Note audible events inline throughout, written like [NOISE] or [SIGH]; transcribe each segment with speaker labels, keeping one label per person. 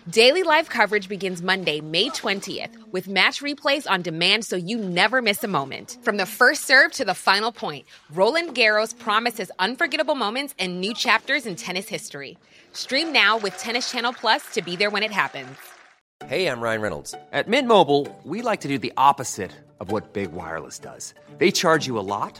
Speaker 1: Daily live coverage begins Monday, May 20th, with match replays on demand so you never miss a moment. From the first serve to the final point, Roland Garros promises unforgettable moments and new chapters in tennis history. Stream now with Tennis Channel Plus to be there when it happens.
Speaker 2: Hey, I'm Ryan Reynolds. At Mint Mobile, we like to do the opposite of what Big Wireless does. They charge you a lot,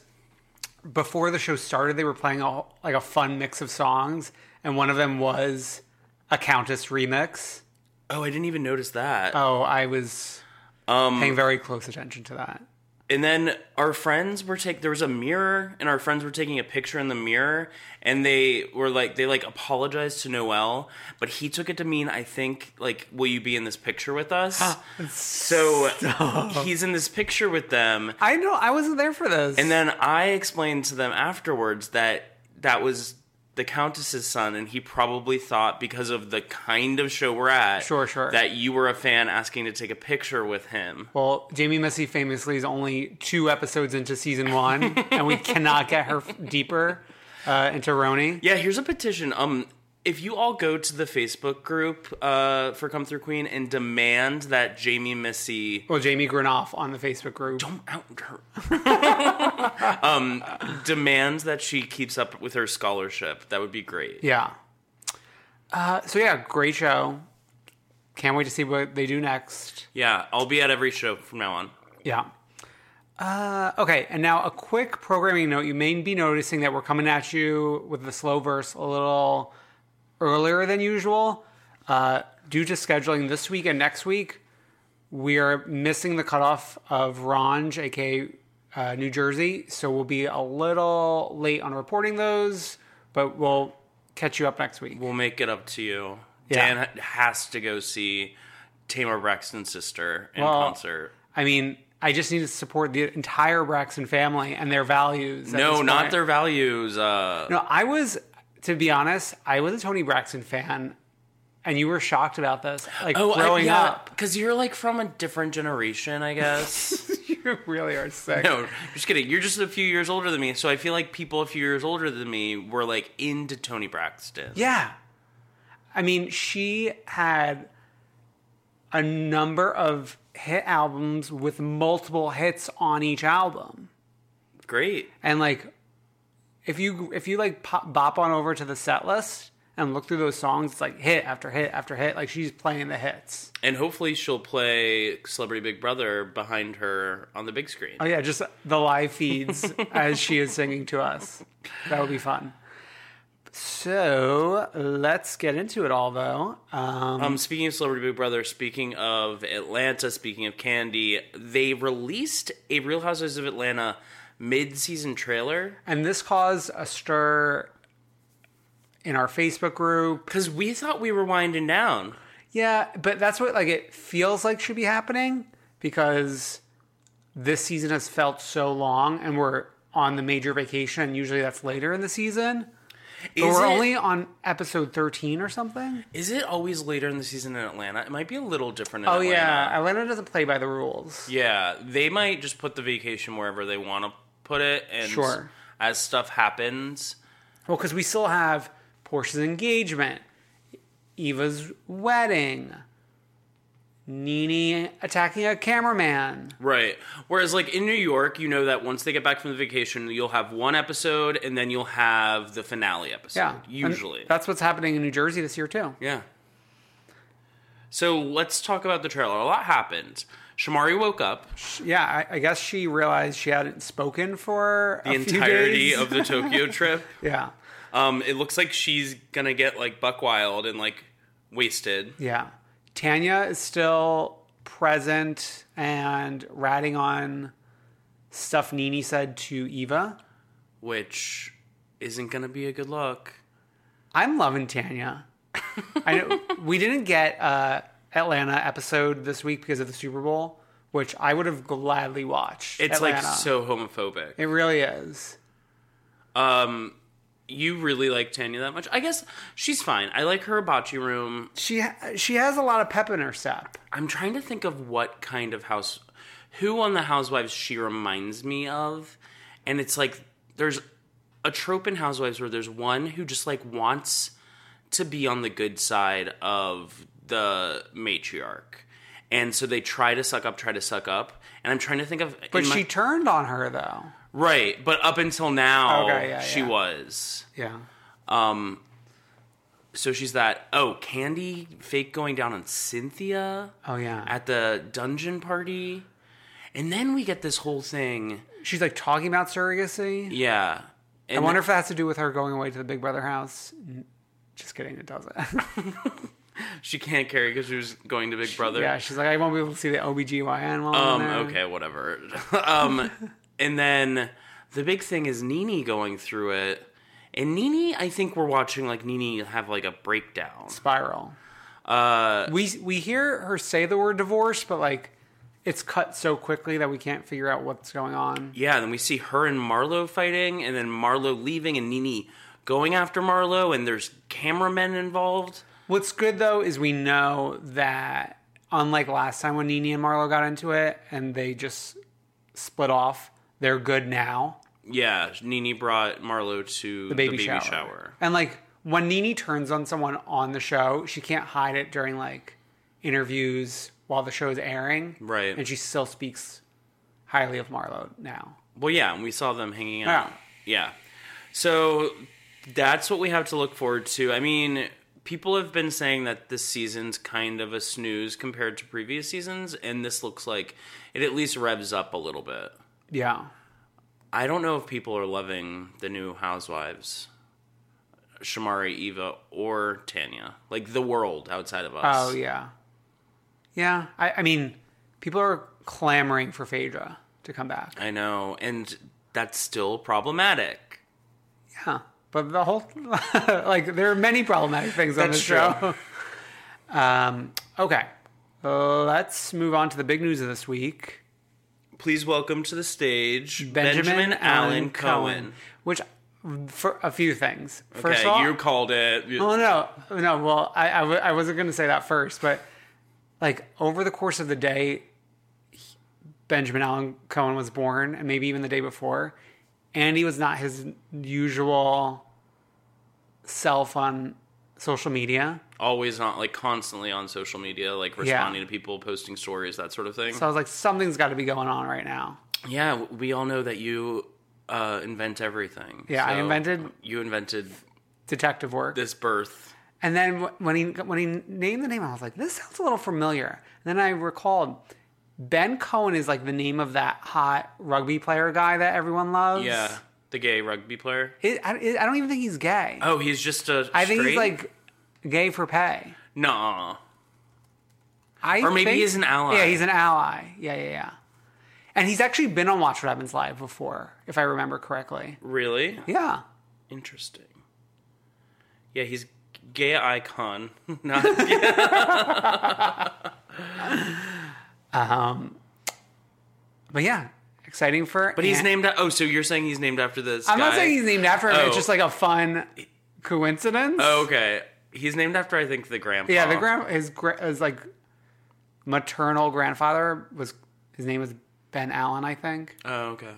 Speaker 3: before the show started, they were playing a, like a fun mix of songs, and one of them was a Countess remix.
Speaker 4: Oh, I didn't even notice that.
Speaker 3: Oh, I was
Speaker 4: Um,
Speaker 3: paying very close attention to that.
Speaker 4: And then our friends were taking. There was a mirror, and our friends were taking a picture in the mirror, and they were like, they like apologized to Noel, but he took it to mean, I think, like, will you be in this picture with us?
Speaker 3: [GASPS]
Speaker 4: so he's in this picture with them,
Speaker 3: I know I wasn't there for this.
Speaker 4: and then I explained to them afterwards that that was the Countess's son, and he probably thought because of the kind of show we're at,
Speaker 3: Sure, sure.
Speaker 4: that you were a fan asking to take a picture with him.
Speaker 3: well, Jamie Messi famously is only two episodes into season one, and we cannot get her f- deeper uh, into Roni.
Speaker 4: [LAUGHS] Yeah, here's a petition. Um, if you all go to the Facebook group uh, for Come Through Queen and demand that Jamie Missy
Speaker 3: Well, Jamie Granoff on the Facebook group.
Speaker 4: out her, um, demands that she keeps up with her scholarship, that would be great.
Speaker 3: Yeah. Uh, so yeah, great show. Can't wait to see what they do next.
Speaker 4: Yeah, I'll be at every show from now on.
Speaker 3: Yeah. Uh, Okay, and now a quick programming note. You may be noticing that we're coming at you with the slow verse a little earlier than usual. Uh, due to scheduling this week and next week, we are missing the cutoff of Ronge, aka uh, New Jersey. So we'll be a little late on reporting those, but we'll catch you up next week.
Speaker 4: We'll make it up to you.
Speaker 3: Yeah.
Speaker 4: Dan ha- has to go see Tamar Braxton's sister in
Speaker 3: Well,
Speaker 4: concert.
Speaker 3: I mean, I just need to support the entire Braxton family and their values. at this
Speaker 4: No, not
Speaker 3: point.
Speaker 4: their values. Uh,
Speaker 3: No, I was, to be honest, I was a Tony Braxton fan, and you were shocked about this. Like
Speaker 4: Oh,
Speaker 3: growing up, [LAUGHS]
Speaker 4: because you're like from a different generation, I [LAUGHS] guess.
Speaker 3: you really are
Speaker 4: [LAUGHS]
Speaker 3: sick.
Speaker 4: no, just kidding. You're just a few years older than me, so I feel like people a few years older than me were like into Tony Braxton.
Speaker 3: Yeah, I mean, she had a number of hit albums with multiple hits on each album,
Speaker 4: great.
Speaker 3: and like, if you if you like pop, bop on over to the set list and look through those songs, it's like hit after hit after hit. Like she's playing the hits.
Speaker 4: And hopefully she'll play Celebrity Big Brother behind her on the big screen.
Speaker 3: Oh yeah, just the live [LAUGHS] feeds as she is singing to us. That would be fun. So let's get into it all though. Um,
Speaker 4: Um, speaking of Celebrity Big Brother, speaking of Atlanta, speaking of Candy, they released a Real Housewives of Atlanta mid-season trailer
Speaker 3: and this caused a stir in our Facebook group.
Speaker 4: because we thought we were winding down.
Speaker 3: Yeah, but that's what like it feels like should be happening because this season has felt so long and we're on the major vacation. Usually that's later in the season. But
Speaker 4: Is
Speaker 3: we're
Speaker 4: it-
Speaker 3: only on episode 13 or something.
Speaker 4: Is it always later in the season in Atlanta? It might be a little different in
Speaker 3: Oh
Speaker 4: Atlanta.
Speaker 3: yeah, Atlanta doesn't play by the rules.
Speaker 4: Yeah, they might just put the vacation wherever they want to put it and
Speaker 3: Sure.
Speaker 4: as stuff happens.
Speaker 3: Well, because we still have Portia's engagement, Eva's wedding, Nini attacking a cameraman.
Speaker 4: Right. Whereas like in New York, you know that once they get back from the vacation, you'll have one episode and then you'll have the finale episode
Speaker 3: Yeah,
Speaker 4: usually.
Speaker 3: And that's what's happening in New Jersey this year too.
Speaker 4: Yeah. So let's talk about the trailer. A lot happened. Shamari woke up.
Speaker 3: Yeah, I, I guess she realized she hadn't spoken for
Speaker 4: The entirety of the Tokyo trip.
Speaker 3: [LAUGHS] yeah,
Speaker 4: Um, it looks like she's gonna get like buck wild and like wasted.
Speaker 3: yeah. Tanya is still present and ratting on stuff Nini said to Eva.
Speaker 4: which isn't going to be a good look.
Speaker 3: I'm loving Tanya.
Speaker 4: [LAUGHS]
Speaker 3: I know we didn't get uh Atlanta episode this week because of the Super Bowl, which I would have gladly watched.
Speaker 4: It's like
Speaker 3: Atlanta.
Speaker 4: so homophobic.
Speaker 3: It really is.
Speaker 4: Um, you really like Tanya that much? I guess she's fine. I like her hibachi room.
Speaker 3: She ha- she has a lot of pep in her step.
Speaker 4: I'm trying to think of what kind of house, who on the Housewives she reminds me of, and it's like there's a trope in Housewives where there's one who just like wants to be on the good side of the matriarch. And so they try to suck up, try to suck up. And I'm trying to think of.
Speaker 3: But
Speaker 4: in my-
Speaker 3: she turned on her though.
Speaker 4: Right, but up until now,
Speaker 3: Okay, yeah,
Speaker 4: she
Speaker 3: yeah.
Speaker 4: was.
Speaker 3: Yeah.
Speaker 4: Um, so she's that. Oh, Candy fake going down on Cynthia
Speaker 3: Oh yeah.
Speaker 4: at the dungeon party, and then we get this whole thing.
Speaker 3: She's like talking about surrogacy.
Speaker 4: Yeah, and
Speaker 3: I wonder if that has to do with her going away to the Big Brother house. N- Just kidding, it doesn't. [LAUGHS]
Speaker 4: she can't carry because she was going to Big Brother.
Speaker 3: yeah, she's like, I won't be able to see the OBGYN while
Speaker 4: Um,
Speaker 3: I'm there.
Speaker 4: okay, whatever. [LAUGHS] um, and then the big thing is Nini going through it, and Nini. I think we're watching like Nini have like a breakdown.
Speaker 3: spiral. Uh, we we hear her say the word divorce, but like it's cut so quickly that we can't figure out what's going on.
Speaker 4: Yeah, then we see her and Marlo fighting, and then Marlo leaving and Nini going after Marlo, and there's cameramen involved.
Speaker 3: What's good though is we know that unlike last time when Nini and Marlo got into it and they just split off, they're good now.
Speaker 4: Yeah, Nini brought Marlo to the
Speaker 3: Baby, shower. And like when Nini turns on someone on the show, she can't hide it during like interviews while the show is airing.
Speaker 4: Right.
Speaker 3: And she still speaks highly of Marlo now.
Speaker 4: Well, yeah, and we saw them hanging out.
Speaker 3: Yeah.
Speaker 4: Yeah. So that's what we have to look forward to. I mean, people have been saying that this season's kind of a snooze compared to previous seasons, and this looks like it at least revs up a little bit.
Speaker 3: Yeah.
Speaker 4: I don't know if people are loving the new Housewives, Shamari, Eva, or Tanya. Like the world outside of us.
Speaker 3: Oh yeah. Yeah. I, I mean, people are clamoring for Phaedra to come back.
Speaker 4: I know, and that's still problematic.
Speaker 3: Yeah. But the whole [LAUGHS] like there are many problematic things on
Speaker 4: That's
Speaker 3: this show. [LAUGHS] um okay. Let's move on to the big news of this week.
Speaker 4: Please welcome to the stage
Speaker 3: Benjamin, Allen, Cohen.
Speaker 4: Cohen.
Speaker 3: Which for a few things. First
Speaker 4: Okay,
Speaker 3: of all,
Speaker 4: you called it. You-
Speaker 3: Oh no, no. Well, I I, w- I wasn't going to say that first, but like over the course of the day, he- Benjamin Allen Cohen was born, and maybe even the day before. Andy was not his usual self on social media,
Speaker 4: Always not like constantly on social media, like responding to people, posting stories, that sort of thing.
Speaker 3: so I was like, something's got to be going on right now.
Speaker 4: yeah, we all know that you uh, invent everything.
Speaker 3: Yeah, I invented-
Speaker 4: You invented
Speaker 3: Detective work.
Speaker 4: this birth.
Speaker 3: And then wh- when he when he named the name, I was like, this sounds a little familiar. And then I recalled Ben Cohen is like the name of that hot rugby player guy that everyone loves.
Speaker 4: Yeah, the gay rugby player.
Speaker 3: It, I, it, I don't even think he's gay.
Speaker 4: Oh, he's just a.
Speaker 3: I think he's
Speaker 4: straight?
Speaker 3: like gay for pay.
Speaker 4: Nah.
Speaker 3: I
Speaker 4: Or maybe
Speaker 3: think-
Speaker 4: he's an ally.
Speaker 3: Yeah, he's an ally. Yeah, yeah, yeah. And he's actually been on Watch What Happens Live before, if I remember correctly.
Speaker 4: Really?
Speaker 3: Yeah.
Speaker 4: Interesting. Yeah, he's gay icon. [LAUGHS]
Speaker 3: [LAUGHS]
Speaker 4: Not
Speaker 3: But yeah, exciting for.
Speaker 4: But he's named. a- Oh, so you're saying he's named after this?
Speaker 3: I'm not
Speaker 4: guy?
Speaker 3: saying he's named after him. It's
Speaker 4: Oh.
Speaker 3: just like a fun coincidence.
Speaker 4: Oh, okay. He's named after I think the grandpa.
Speaker 3: Yeah, the grand his gra- his like maternal grandfather was his name was Ben Allen, I think.
Speaker 4: Oh, okay.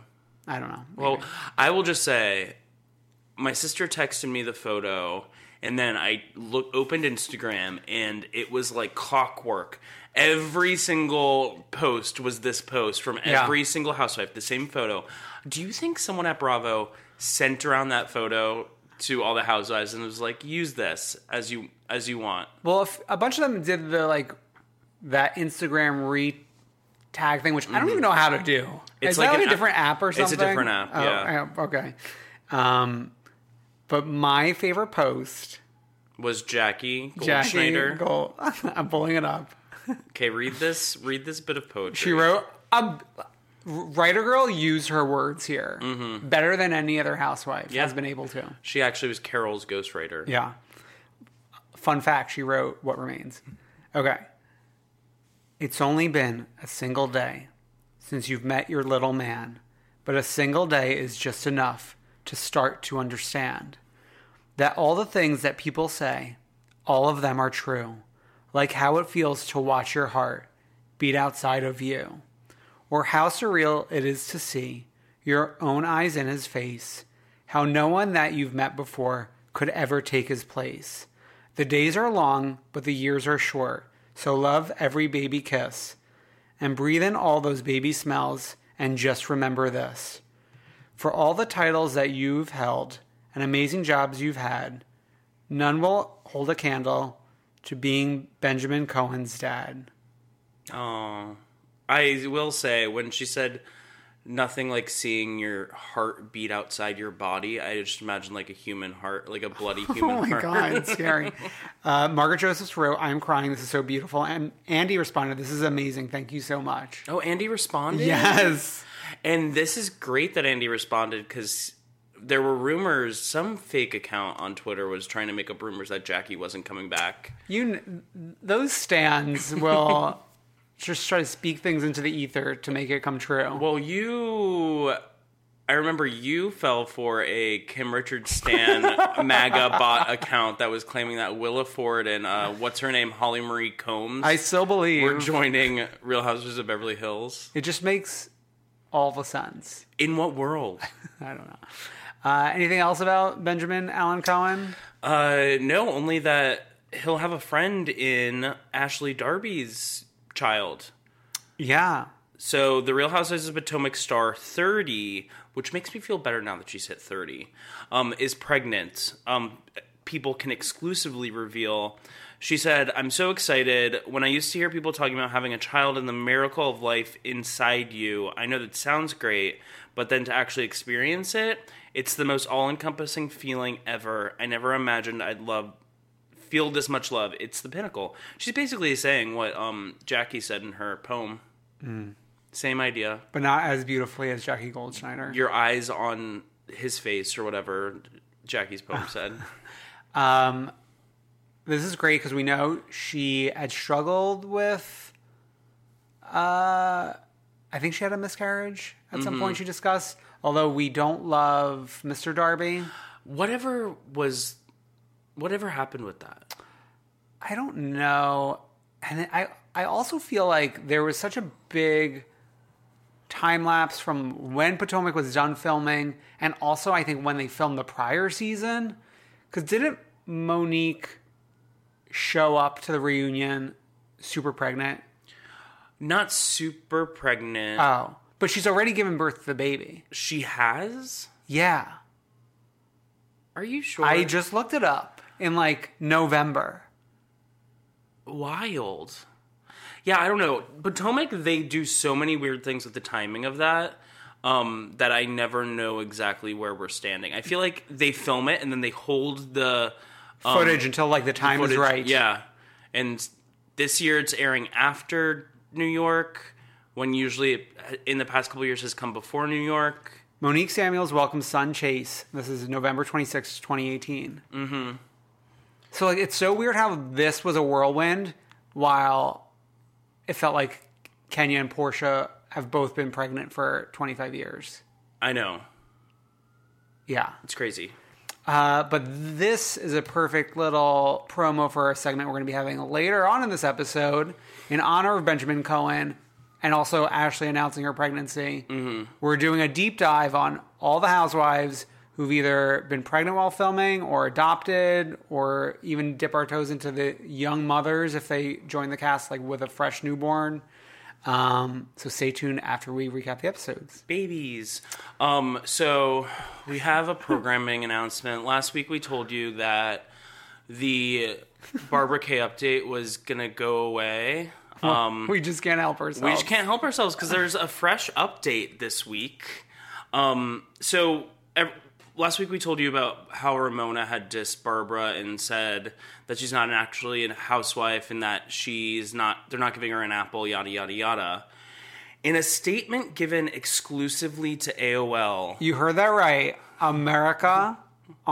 Speaker 3: I don't know.
Speaker 4: Well, I will just say, my sister texted me the photo, and then I look opened Instagram, and it was like clockwork. Every single post was this post from
Speaker 3: Yeah.
Speaker 4: every single housewife, the same photo. Do you think someone at Bravo sent around that photo to all the housewives and was like, "Use this as you as you want"?
Speaker 3: Well, if a bunch of them did the like that Instagram re tag thing, which I don't even know how to do.
Speaker 4: Mm-hmm. It's
Speaker 3: Is
Speaker 4: like
Speaker 3: that like
Speaker 4: an
Speaker 3: a different
Speaker 4: app-
Speaker 3: app or
Speaker 4: it's a
Speaker 3: something?
Speaker 4: different app,
Speaker 3: Oh,
Speaker 4: yeah.
Speaker 3: oh, okay. Um, but my favorite post,
Speaker 4: Was Jackie
Speaker 3: Jackie
Speaker 4: Goldschneider?
Speaker 3: Gold. [LAUGHS] I'm pulling it up.
Speaker 4: okay, read this. Read this bit of poetry.
Speaker 3: She wrote, um, "Writer girl, use her words here
Speaker 4: Mm-hmm.
Speaker 3: better than any other housewife has been able to."
Speaker 4: She actually was Carol's ghostwriter.
Speaker 3: Yeah. Fun fact, she wrote What Remains. Okay. It's only been a single day since you've met your little man, but a single day is just enough to start to understand that all the things that people say, all of them are true, like how it feels to watch your heart beat outside of you, or how surreal it is to see your own eyes in his face, how no one that you've met before could ever take his place. The days are long, but the years are short, so love every baby kiss, and breathe in all those baby smells, and just remember this for all the titles that you've held and amazing jobs you've had, none will hold a candle to being Benjamin Cohen's dad.
Speaker 4: Oh, I will say when she said nothing like seeing your heart beat outside your body, I just imagine like a human heart, like a bloody human
Speaker 3: [LAUGHS] Oh my
Speaker 4: heart.
Speaker 3: God, it's scary. Uh, Margaret Josephs wrote, I'm crying. This is so beautiful. And Andy responded, This is amazing. Thank you so much.
Speaker 4: Oh, Andy responded.
Speaker 3: Yes.
Speaker 4: and this is great that Andy responded because. There were rumors. Some fake account on Twitter was trying to make up rumors that Jackie wasn't coming back.
Speaker 3: [LAUGHS] You, kn- those stands will [LAUGHS] just try to speak things into the ether to make it come true.
Speaker 4: Well, you. I remember you fell for a Kim Richards Stan MAGA bot account that was claiming that Willa Ford and uh, what's her name, Holly Marie Combs,
Speaker 3: I still
Speaker 4: were
Speaker 3: believe
Speaker 4: joining Real Houses of Beverly Hills.
Speaker 3: it just makes all the sense.
Speaker 4: In what world? [LAUGHS]
Speaker 3: I don't know. Uh, anything else about Benjamin Allen Cohen?
Speaker 4: Uh, no, only that he'll have a friend in Ashley Darby's child.
Speaker 3: Yeah.
Speaker 4: So the Real Housewives of Potomac star 30, which makes me feel better now that she's hit 30, um, is pregnant. Um, people can exclusively reveal She said, I'm so excited. When I used to hear people talking about having a child and the miracle of life inside you, I know that sounds great, but then to actually experience it, it's the most all encompassing feeling ever. I never imagined I'd love feel this much love. It's the pinnacle. She's basically saying what um, Jackie said in her poem. Same idea.
Speaker 3: but not as beautifully as Jackie Goldschneider.
Speaker 4: Your eyes on his face or whatever Jackie's poem said.
Speaker 3: Um, this is great because we know she had struggled with. Uh, I think she had a miscarriage at some point. She discussed, although we don't love Mr. Darby.
Speaker 4: Whatever was, whatever happened with that?
Speaker 3: I don't know, and I I also feel like there was such a big time lapse from when Potomac was done filming, and also I think when they filmed the prior season, because didn't Monique show up to the reunion super pregnant?
Speaker 4: Not super pregnant.
Speaker 3: Oh, but she's already given birth to the baby.
Speaker 4: she has?
Speaker 3: Yeah,
Speaker 4: Are you sure?
Speaker 3: I just looked it up in like November.
Speaker 4: wild. Yeah, I don't know. Potomac, they do so many weird things with the timing of that um, that I never know exactly where we're standing. I feel like they film it and then they hold the um,
Speaker 3: Footage until like the time is
Speaker 4: footage-
Speaker 3: right.
Speaker 4: Yeah, and this year it's airing after New York, when usually it- in the past couple years has come before New York.
Speaker 3: Monique Samuels welcomes son Chase. This is November 26, 2018. Mm-hmm. So like it's so weird how this was a whirlwind while it felt like Kenya and Portia have both been pregnant for 25 years.
Speaker 4: I know
Speaker 3: Yeah.
Speaker 4: it's crazy.
Speaker 3: Uh, but this is a perfect little promo for a segment we're going to be having later on in this episode in honor of Benjamin Cohen and also Ashley announcing her pregnancy.
Speaker 4: Mm-hmm.
Speaker 3: We're doing a deep dive on all the housewives who've either been pregnant while filming or adopted or even dip our toes into the young mothers if they join the cast like with a fresh newborn. Um, so stay tuned after we recap the episodes.
Speaker 4: babies. Um, so we have a programming [LAUGHS] announcement. Last week we told you that the Barbara K update was gonna go away. Um,
Speaker 3: We just can't help ourselves.
Speaker 4: we just can't help ourselves because there's a fresh update this week. Um, so ev- last week we told you about how Ramona had dissed Barbara and said that she's not actually a housewife and that she's not. They're not giving her an apple. Yada yada yada. In a statement given exclusively to AOL,
Speaker 3: You heard that right. America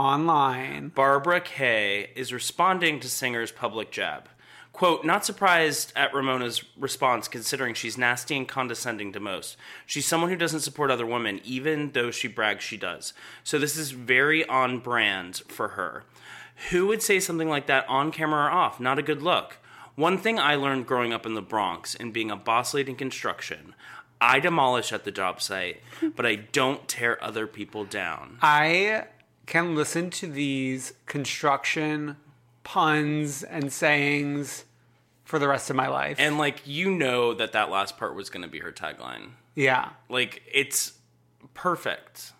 Speaker 3: Online.
Speaker 4: Barbara Kay is responding to Singer's public jab. Quote, not surprised at Ramona's response considering she's nasty and condescending to most. She's someone who doesn't support other women, even though she brags she does. So this is very on brand for her. Who would say something like that on camera or off? Not a good look. One thing I learned growing up in the Bronx and being a boss lady in construction I demolish at the job site, but I don't tear other people down.
Speaker 3: I can listen to these construction puns and sayings for the rest of my life.
Speaker 4: And like you know that that last part was going to be her tagline.
Speaker 3: yeah.
Speaker 4: Like it's perfect.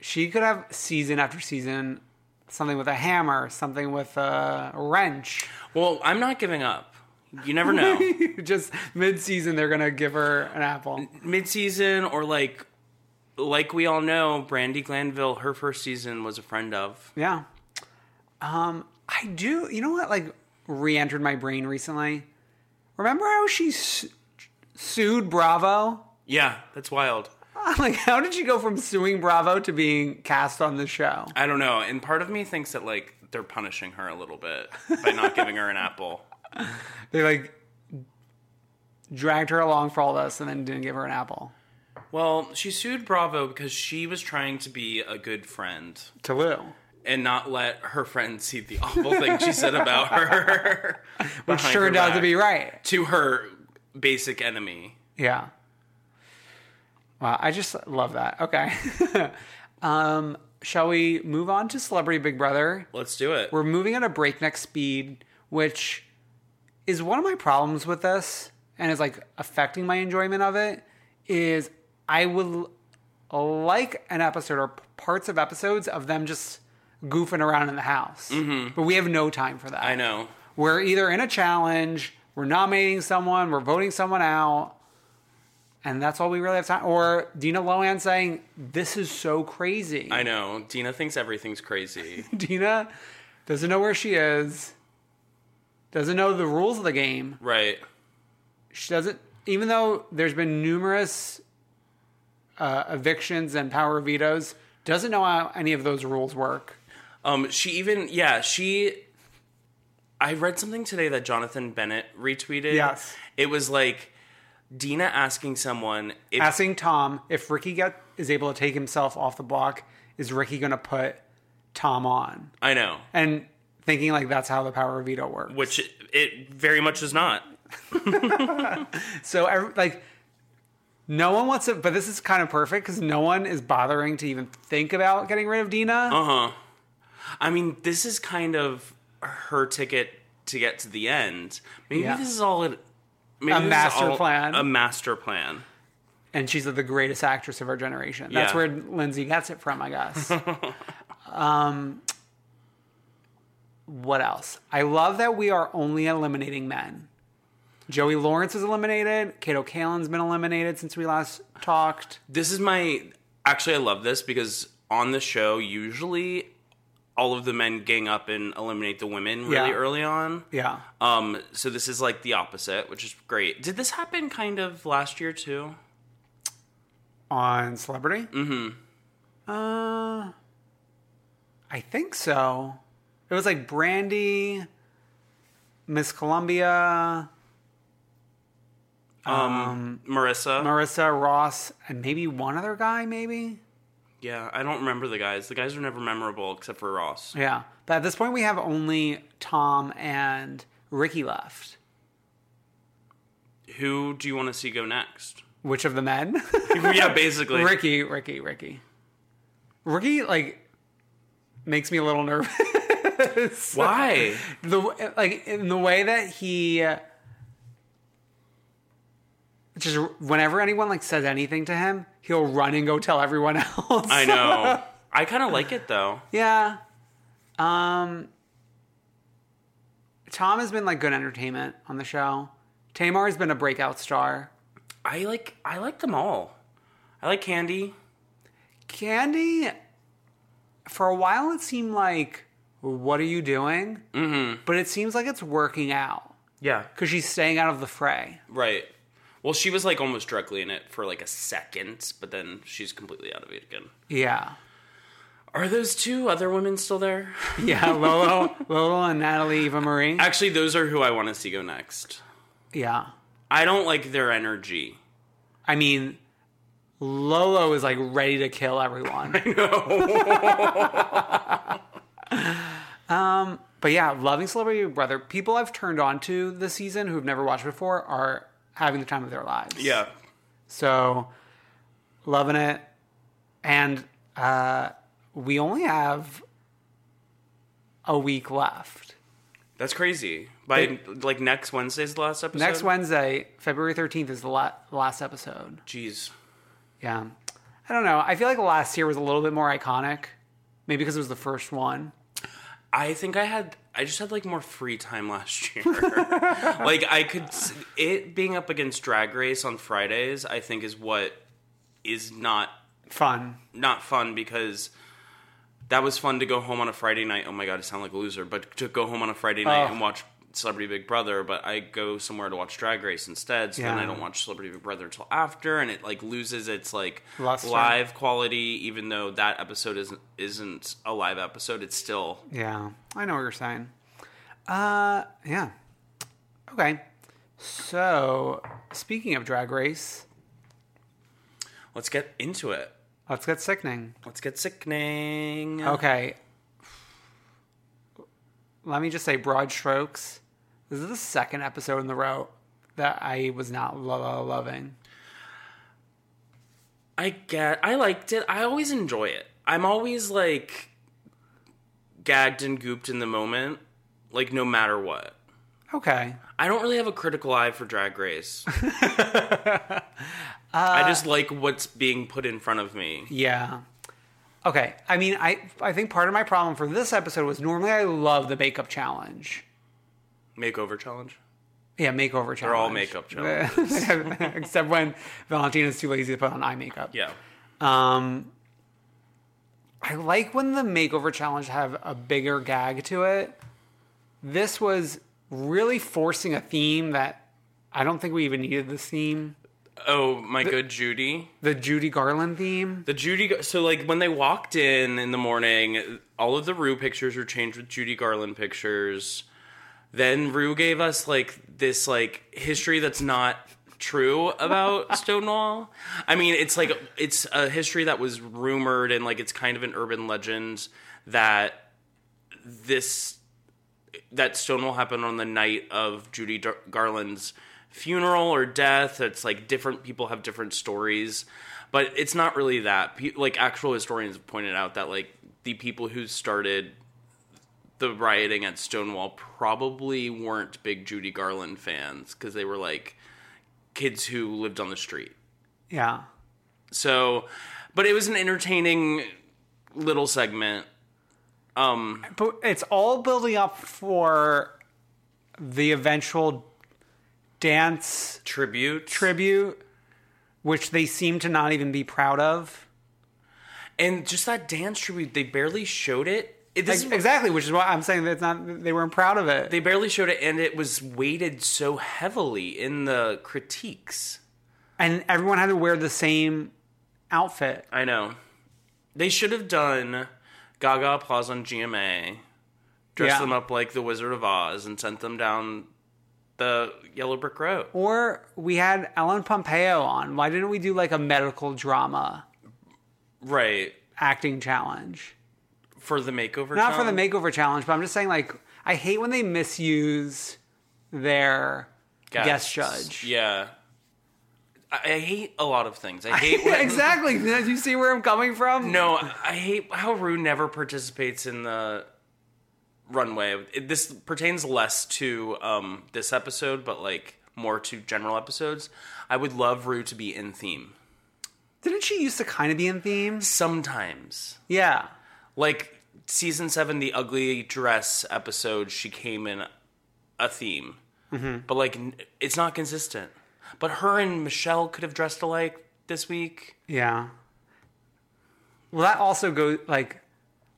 Speaker 3: She could have season after season something with a hammer, something with a wrench. [LAUGHS]
Speaker 4: Well, I'm not giving up. You never know.
Speaker 3: Just mid season, they're going to give her an apple.
Speaker 4: Mid-season or like like we all know, Brandy Glanville her first season was a friend of.
Speaker 3: Yeah. Um, I do. You know what? Like, re-entered my brain recently. Remember how she su- sued Bravo? [LAUGHS]
Speaker 4: Yeah, that's wild.
Speaker 3: I'm like, how did she go from suing Bravo to being cast on the show?
Speaker 4: I don't know. And part of me thinks that like they're punishing her a little bit by not giving her an apple.
Speaker 3: They like dragged her along for all this and then didn't give her an apple
Speaker 4: Well, she sued Bravo because she was trying to be a good friend
Speaker 3: to Lou,
Speaker 4: and not let her friend see the awful thing she said about her.
Speaker 3: [LAUGHS] which
Speaker 4: behind
Speaker 3: turned
Speaker 4: her
Speaker 3: out to
Speaker 4: back.
Speaker 3: be right.
Speaker 4: to her basic enemy.
Speaker 3: Yeah. Wow, I just love that. Okay. [LAUGHS] um, shall we move on to Celebrity Big Brother?
Speaker 4: Let's do it.
Speaker 3: We're moving at a breakneck speed, which is one of my problems with this and is like affecting my enjoyment of it. Is I would l- like an episode or p- parts of episodes of them just goofing around in the house, but we have no time for that.
Speaker 4: Mm-hmm. I know.
Speaker 3: We're either in a challenge, we're nominating someone, we're voting someone out, and that's all we really have time. Or Dina Lohan saying, "This is so crazy."
Speaker 4: I know. Dina thinks everything's crazy.
Speaker 3: [LAUGHS] Dina doesn't know where she is, doesn't know the rules of the game.
Speaker 4: right.
Speaker 3: She doesn't, even though there's been numerous uh, evictions and power vetoes, doesn't know how any of those rules work.
Speaker 4: Um, she even yeah she. I read something today that Jonathan Bennett retweeted.
Speaker 3: Yes.
Speaker 4: it was like Dina asking someone if
Speaker 3: Asking Tom if Ricky get, is able to take himself off the block, is Ricky going to put Tom on?
Speaker 4: I know,
Speaker 3: And thinking like that's how the power veto works.
Speaker 4: which it, it very much is not.
Speaker 3: So every, like no one wants to but this is kind of perfect cuz no one is bothering to even think about getting rid of Dina.
Speaker 4: I mean, this is kind of her ticket to get to the end. Maybe
Speaker 3: Yeah.
Speaker 4: this is all it. Maybe
Speaker 3: A
Speaker 4: this is
Speaker 3: master
Speaker 4: all
Speaker 3: plan.
Speaker 4: A master plan.
Speaker 3: And she's the greatest actress of her generation. That's
Speaker 4: Yeah.
Speaker 3: where Lindsay gets it from, I [LAUGHS] guess. um what else? I love that we are only eliminating men. Joey Lawrence is eliminated. Kato Kalin's been eliminated since we last talked.
Speaker 4: This is my. Actually, I love this because on the show, usually all of the men gang up and eliminate the women really
Speaker 3: Yeah.
Speaker 4: early on.
Speaker 3: Yeah.
Speaker 4: Um, so this is like the opposite, which is great. Did this happen kind of last year too?
Speaker 3: On Celebrity? Mm-hmm. Uh, I think so. It was like Brandy, Miss Columbia,
Speaker 4: Marissa?
Speaker 3: Marissa Ross, and maybe one other guy, maybe?
Speaker 4: yeah, I don't remember the guys. The guys are never memorable except for Ross.
Speaker 3: Yeah. But at this point, we have only Tom and Ricky left.
Speaker 4: Who do you want to see go next?
Speaker 3: Which of the men?
Speaker 4: [LAUGHS] yeah, basically.
Speaker 3: Ricky, Ricky, Ricky. Ricky, like, makes me a little nervous. [LAUGHS]
Speaker 4: Why?
Speaker 3: the like in the way that he uh, just whenever anyone like says anything to him, he'll run and go tell everyone [LAUGHS] else.
Speaker 4: I know. I kind of like it though.
Speaker 3: yeah. Um Tom has been like good entertainment on the show. Tamar has been a breakout star.
Speaker 4: I like I like them all. I like Candy.
Speaker 3: Candy, for a while it seemed like, what are you doing? Mm-hmm. But it seems like it's working out
Speaker 4: Yeah.
Speaker 3: because she's staying out of the fray.
Speaker 4: Right. Well, she was like almost directly in it for like a second, but then she's completely out of it again.
Speaker 3: Yeah.
Speaker 4: Are those two other women still there?
Speaker 3: [LAUGHS] Yeah, Lolo, Lolo, and Natalie Eva Marie.
Speaker 4: Actually, those are who I want to see go next.
Speaker 3: Yeah,
Speaker 4: I don't like their energy.
Speaker 3: I mean, Lolo is like ready to kill everyone. I know. [LAUGHS] um, but yeah, loving Celebrity Big Brother. People I've turned on to this season who've never watched before are having the time of their lives.
Speaker 4: Yeah.
Speaker 3: So, loving it. And uh, we only have a week left.
Speaker 4: That's crazy. By like next Wednesday's the last episode.
Speaker 3: Next Wednesday, February 13th, is the la- last episode.
Speaker 4: Jeez.
Speaker 3: Yeah. I don't know. I feel like last year was a little bit more iconic. Maybe because it was the first one.
Speaker 4: I think I had I just had like more free time last
Speaker 3: [LAUGHS]
Speaker 4: year. like I could s- it being up against Drag Race on Fridays, I think is what is not
Speaker 3: Fun.
Speaker 4: not fun because that was fun to go home on a Friday night. Oh my god, I sound like a loser, but to go home on a Friday night and watch Celebrity Big Brother, but I go somewhere to watch Drag Race instead. So then
Speaker 3: Yeah.
Speaker 4: I don't watch Celebrity Big Brother until after, and it like loses its like
Speaker 3: Luster.
Speaker 4: live quality. Even though that episode isn't isn't a live episode, it's still
Speaker 3: Yeah. I know what you're saying. Uh yeah. Okay. So speaking of drag race,
Speaker 4: let's get into it.
Speaker 3: let's get sickening.
Speaker 4: Let's get sickening.
Speaker 3: Okay. Let me just say broad strokes. This is the second episode in the row that I was not lo- lo- loving.
Speaker 4: I get. I liked it. I always enjoy it. I'm always like gagged and gooped in the moment, like no matter what.
Speaker 3: Okay.
Speaker 4: I don't really have a critical eye for Drag [LAUGHS] Race. I just like what's being put in front of me.
Speaker 3: Yeah. Okay. I mean, I I think part of my problem for this episode was normally I love the makeup challenge.
Speaker 4: makeover challenge.
Speaker 3: Yeah, makeover challenge.
Speaker 4: They're all makeup challenge.
Speaker 3: [LAUGHS] Except when Valentina's too lazy to put on eye makeup.
Speaker 4: Yeah.
Speaker 3: Um, I like when the makeover challenge have a bigger gag to it. This was really forcing a theme that I don't think we even needed this theme.
Speaker 4: Oh, my good Judy.
Speaker 3: The Judy Garland theme.
Speaker 4: The Judy. So like when they walked in in the morning, all of the Rue pictures were changed with Judy Garland pictures. Then Rue gave us like this like history that's not true about Stonewall. I mean, it's like it's a history that was rumored and like it's kind of an urban legend that this that Stonewall happened on the night of Judy Dar- Garland's funeral or death. It's like different people have different stories, but it's not really that. Pe- Like actual historians have pointed out that like the people who started the rioting at Stonewall probably weren't big Judy Garland fans because they were like kids who lived on the street.
Speaker 3: Yeah.
Speaker 4: So, but it was an entertaining little segment. Um,
Speaker 3: But it's all building up for the eventual dance
Speaker 4: Tribute.
Speaker 3: tribute, which they seem to not even be proud of.
Speaker 4: and just that dance tribute, they barely showed it. It- This
Speaker 3: Ex-
Speaker 4: is
Speaker 3: Exactly, which is why I'm saying that it's not they weren't proud of it.
Speaker 4: they barely showed it and it was weighted so heavily in the critiques
Speaker 3: and everyone had to wear the same outfit.
Speaker 4: i know they should have done gaga applause on gma dressed
Speaker 3: Yeah.
Speaker 4: them up like the wizard of oz and sent them down the yellow brick road
Speaker 3: Or we had Ellen Pompeo on. Why didn't we do like a medical drama
Speaker 4: right
Speaker 3: acting challenge?
Speaker 4: for the makeover
Speaker 3: Not for the
Speaker 4: challenge?
Speaker 3: makeover challenge, but I'm just saying like I hate when they misuse their guest judge.
Speaker 4: yeah I I hate a lot of things.
Speaker 3: [LAUGHS]
Speaker 4: I hate when,
Speaker 3: exactly. Do you see where I'm coming from?
Speaker 4: No, I hate how Rue never participates in the runway. It, this pertains less to um, this episode, but like more to general episodes. I would love Rue to be in theme
Speaker 3: Didn't she used to kind of be in theme?
Speaker 4: sometimes,
Speaker 3: Yeah.
Speaker 4: like season seven, the ugly dress episode. She came in a theme, but like n- it's not consistent. But her and Michelle could have dressed alike this week.
Speaker 3: Yeah. Well, that also goes like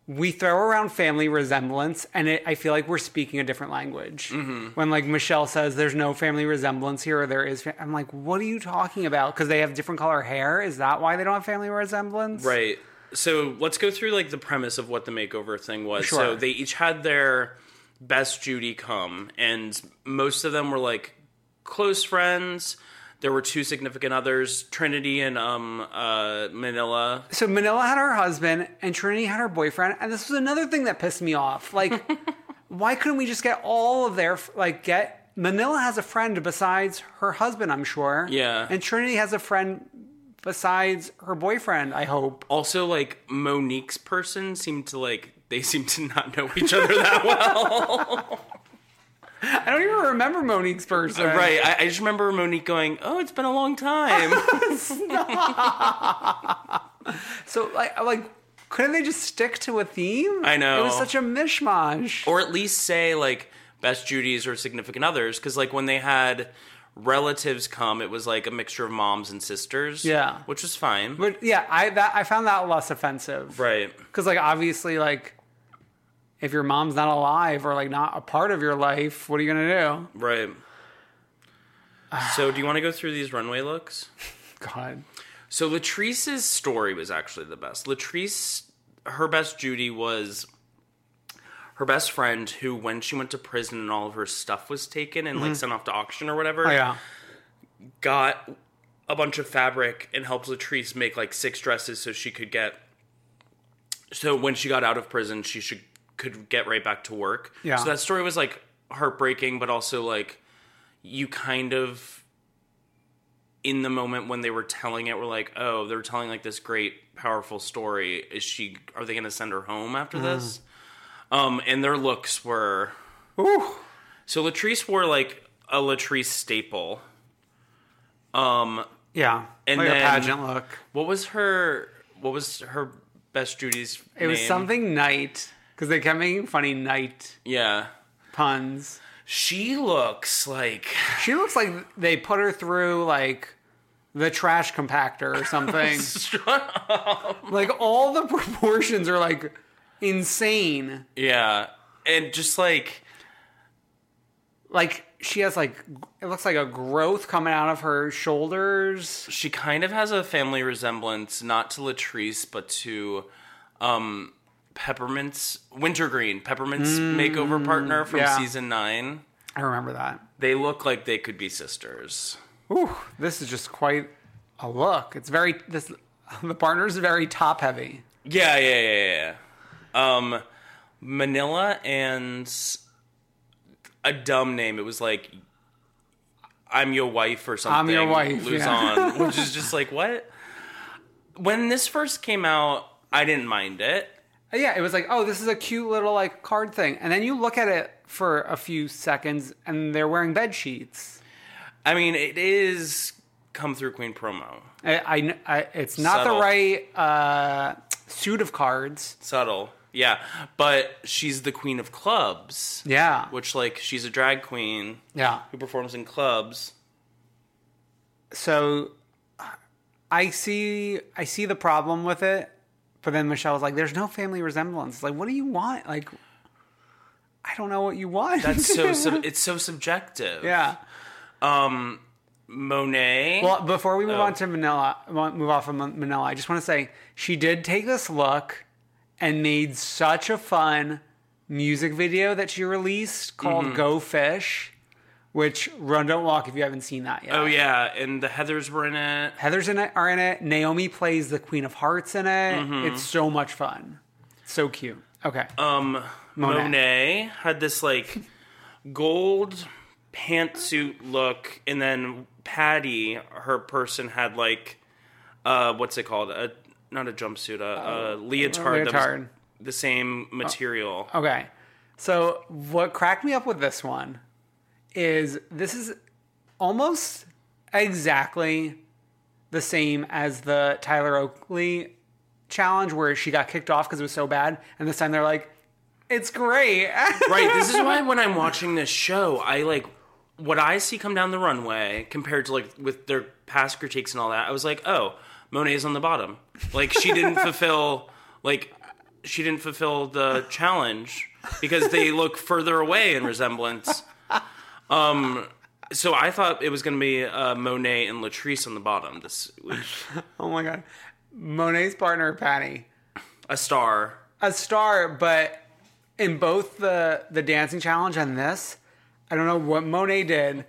Speaker 3: we throw around family resemblance, and it, I feel like we're speaking a different language.
Speaker 4: Mm-hmm.
Speaker 3: When like Michelle says, "There's no family resemblance here," or "There is," fa-" I'm like, "What are you talking about?" Because they have different color hair. Is that why they don't have family resemblance?
Speaker 4: Right. So let's go through like the premise of what the makeover thing was. So
Speaker 3: Sure.
Speaker 4: they each had their best Judy come, and most of them were like close friends. There were two significant others, Trinity and um uh Manila.
Speaker 3: So Manila had her husband, and Trinity had her boyfriend, and this was another thing that pissed me off. Like, why couldn't we just get all of their like get? Manila has a friend besides her husband, I'm sure.
Speaker 4: Yeah.
Speaker 3: And Trinity has a friend besides her boyfriend. I hope.
Speaker 4: Also, like Monique's person seemed to like they [LAUGHS] seemed to not know each other that well.
Speaker 3: I don't even remember Monique's person.
Speaker 4: [LAUGHS] right. I, I just remember Monique going, "Oh, it's been a long time."
Speaker 3: So like, like, couldn't they just stick to a theme?
Speaker 4: I know.
Speaker 3: It was such a mishmash.
Speaker 4: or at least say like best Judies or significant others, because like when they had relatives come, it was like a mixture of moms and sisters.
Speaker 3: Yeah.
Speaker 4: which was fine.
Speaker 3: But yeah, I that I found that less offensive.
Speaker 4: right.
Speaker 3: because like obviously like if your mom's not alive or like not a part of your life what are you gonna do
Speaker 4: Right. so, do you want to go through these runway looks?
Speaker 3: god
Speaker 4: So Latrice's story was actually the best. Latrice, her best Judy was her best friend who, when she went to prison and all of her stuff was taken and like sent off to auction or whatever,
Speaker 3: Mm. oh yeah
Speaker 4: got a bunch of fabric and helped Latrice make like six dresses so she could get so when she got out of prison she should could get right back to work.
Speaker 3: Yeah.
Speaker 4: So that story was like heartbreaking but also like you kind of in the moment when they were telling it were like, "Oh, they're telling like this great powerful story. Is she are they going to send her home
Speaker 3: Mm.
Speaker 4: after this?" Um and their looks were
Speaker 3: Ooh.
Speaker 4: So Latrice wore like a Latrice staple. Um
Speaker 3: yeah
Speaker 4: And
Speaker 3: like
Speaker 4: then-
Speaker 3: a pageant look
Speaker 4: What was her? What was her best Judy's?
Speaker 3: it was something night because they kept making funny night
Speaker 4: Yeah.
Speaker 3: puns
Speaker 4: She looks like
Speaker 3: She looks like they put her through like the trash compactor
Speaker 4: [LAUGHS]
Speaker 3: or something. Like all the proportions are like insane.
Speaker 4: yeah, and just like
Speaker 3: Like she has like it looks like a growth coming out of her shoulders.
Speaker 4: she kind of has a family resemblance not to Latrice but to um Peppermint's Wintergreen, Peppermint's makeover partner from
Speaker 3: yeah.
Speaker 4: season 9.
Speaker 3: I remember that.
Speaker 4: They look like they could be sisters.
Speaker 3: Ooh, this is just quite a look. It's very this [LAUGHS] the partner's very top heavy.
Speaker 4: Yeah, yeah, yeah, yeah. Um, Manila and a dumb name. It was like I'm your wife or something.
Speaker 3: your wife,
Speaker 4: Luzon,
Speaker 3: yeah. [LAUGHS]
Speaker 4: which is just like what. When this first came out, I didn't mind it.
Speaker 3: Uh, Yeah, it was like, oh, this is a cute little like card thing, and then you look at it for a few seconds, and they're wearing bed sheets.
Speaker 4: I mean, it is come through Queen promo
Speaker 3: I, I- I- it's not
Speaker 4: Subtle.
Speaker 3: the right uh, suit of cards.
Speaker 4: subtle, yeah. But she's the queen of clubs.
Speaker 3: Yeah,
Speaker 4: Which, like, she's a drag queen
Speaker 3: yeah.
Speaker 4: who performs in clubs.
Speaker 3: So I see, I see the problem with it, but then Michelle was like, "There's no family resemblance. Like, what do you want? Like, I don't know what you want."
Speaker 4: That's
Speaker 3: [LAUGHS]
Speaker 4: so sub- it's so subjective.
Speaker 3: yeah.
Speaker 4: Um, Monet.
Speaker 3: Well, before we
Speaker 4: Oh.
Speaker 3: move on to Manila, I want- move off of Man- Manila, I just want to say she did take this look and made such a fun music video that she released called
Speaker 4: Mm-hmm.
Speaker 3: "Go Fish," which run don't walk if you haven't seen that yet.
Speaker 4: oh yeah, and the Heather's were in it.
Speaker 3: Heather's in it, are in it. Naomi plays the Queen of Hearts in it.
Speaker 4: Mm-hmm.
Speaker 3: It's so much fun. So cute. Okay.
Speaker 4: Um, Monet, had this like gold pantsuit look, and then Patty, her person, had like uh, what's it called? A not a jumpsuit, a, a leotard. that was
Speaker 3: Oh, leotard. Oh,
Speaker 4: the same material.
Speaker 3: Okay. So what cracked me up with this one is this is almost exactly the same as the Tyler Oakley challenge where she got kicked off because it was so bad, and this time they're like, "It's great." [LAUGHS]
Speaker 4: Right. This is why when I'm watching this show, I like what I see come down the runway compared to like with their past critiques and all that. I was like, oh, Monet's on the bottom. Like she didn't fulfill like she didn't fulfill the challenge because they look further away in resemblance. Um. So I thought it was going to be uh, Monet and Latrice on the bottom. This week.
Speaker 3: oh my god. Monet's partner Patty,
Speaker 4: a star.
Speaker 3: a star, but in both the the dancing challenge and this, I don't know what
Speaker 4: [LAUGHS]
Speaker 3: Monet did.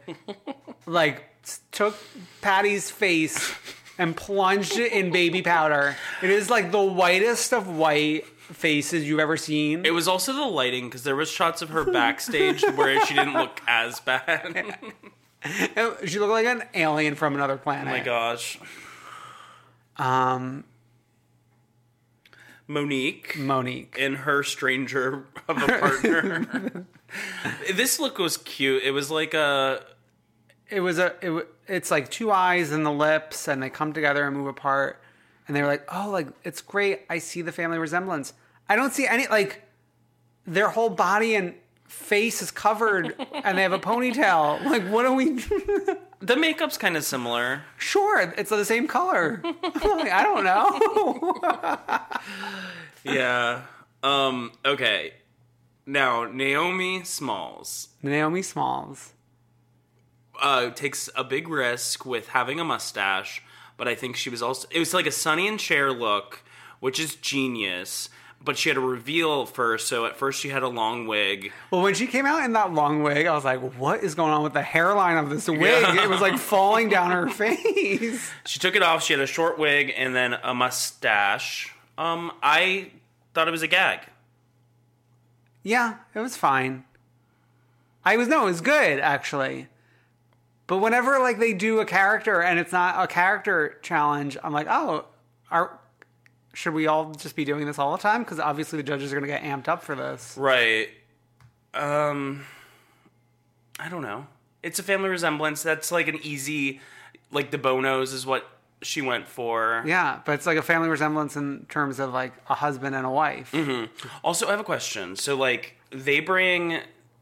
Speaker 3: like s- took Patty's face and plunged it in baby powder. It is like the whitest of white faces you've ever seen.
Speaker 4: It was also the lighting because there was shots of her backstage where she didn't look as bad.
Speaker 3: she looked like an alien from another planet.
Speaker 4: Oh my gosh.
Speaker 3: Um,
Speaker 4: Monique
Speaker 3: Monique.
Speaker 4: and her stranger of a partner. this look was cute. It was like uh, a
Speaker 3: It was a. It, wa- it's like two eyes and the lips, and they come together and move apart. And they were like, "Oh, like it's great. I see the family resemblance. I don't see any like their whole body and." Face is covered, and they have a ponytail. Like, what do we? [LAUGHS]
Speaker 4: the makeup's kind of similar.
Speaker 3: Sure, it's the same color. [LAUGHS] Like, I don't know. [LAUGHS]
Speaker 4: Yeah. Um okay. Now, Naomi Smalls
Speaker 3: Naomi Smalls.
Speaker 4: uh takes a big risk with having a mustache, but I think she was also it was like a Sunny and Cher look, which is genius. But she had a reveal first, so at first she had a long wig.
Speaker 3: Well, when she came out in that long wig, I was like, what is going on with the hairline of this wig? It was like falling down her face.
Speaker 4: She took it off. She had a short wig and then a mustache. Um, I thought it was a gag.
Speaker 3: Yeah, it was fine. I was, no, it was good, actually. But whenever, like, they do a character and it's not a character challenge, I'm like, oh, are. Should we all just be doing this all the time? Because obviously the judges are going to get amped up for this.
Speaker 4: Right. Um, I don't know. It's a family resemblance. That's like an easy, like the Bonos is what she went for.
Speaker 3: Yeah, but it's like a family resemblance in terms of like a husband and a wife.
Speaker 4: Also, I have a question. So, like, they bring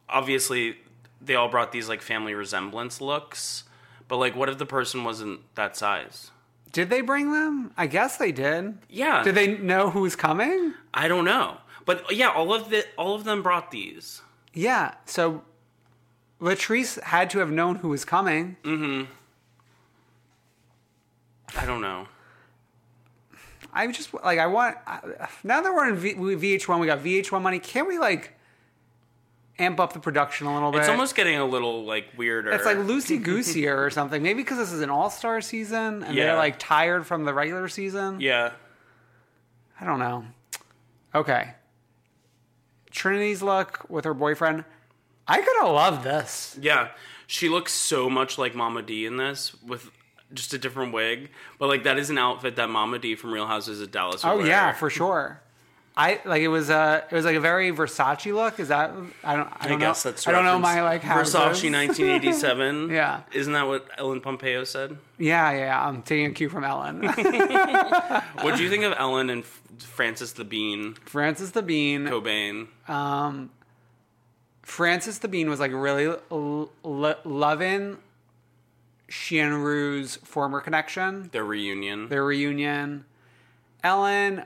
Speaker 4: obviously they all brought these like family resemblance looks. But like, what if the person wasn't that size?
Speaker 3: Did they bring them? I guess they did.
Speaker 4: Yeah.
Speaker 3: Did they know who was coming?
Speaker 4: I don't know. But yeah, all of the all of them brought these.
Speaker 3: Yeah. So Latrice had to have known who was coming.
Speaker 4: I don't know.
Speaker 3: I just like I want I, now that we're in v, VH1, we got VH1 money. Can't we like amp up the production a little bit?
Speaker 4: It's almost getting a little like weirder.
Speaker 3: it's like loosey
Speaker 4: [LAUGHS]
Speaker 3: goosey or something. Maybe because this is an all star season and
Speaker 4: Yeah.
Speaker 3: they're like tired from the regular season.
Speaker 4: yeah.
Speaker 3: I don't know. Okay. Trinity's look with her boyfriend. I could have loved this.
Speaker 4: Yeah, she looks so much like Mama D in this with just a different wig, but like that is an outfit that Mama D from Real Houses of Dallas. Would
Speaker 3: Oh
Speaker 4: wear.
Speaker 3: yeah, for sure. I like it was a it was like a very Versace look. Is that I don't I
Speaker 4: I
Speaker 3: don't
Speaker 4: guess
Speaker 3: know.
Speaker 4: that's
Speaker 3: I don't know
Speaker 4: reference-
Speaker 3: my like houses. [LAUGHS]
Speaker 4: Versace 1987.
Speaker 3: Yeah.
Speaker 4: isn't that what Ellen Pompeo said?
Speaker 3: Yeah, yeah, yeah. I'm taking a cue from Ellen. [LAUGHS]
Speaker 4: What do you think of Ellen and F- Francis the Bean
Speaker 3: Francis the Bean.
Speaker 4: Cobain?
Speaker 3: Um, Francis the Bean was like really l- l- loving Shinru's former connection,
Speaker 4: Their reunion.
Speaker 3: their reunion. Ellen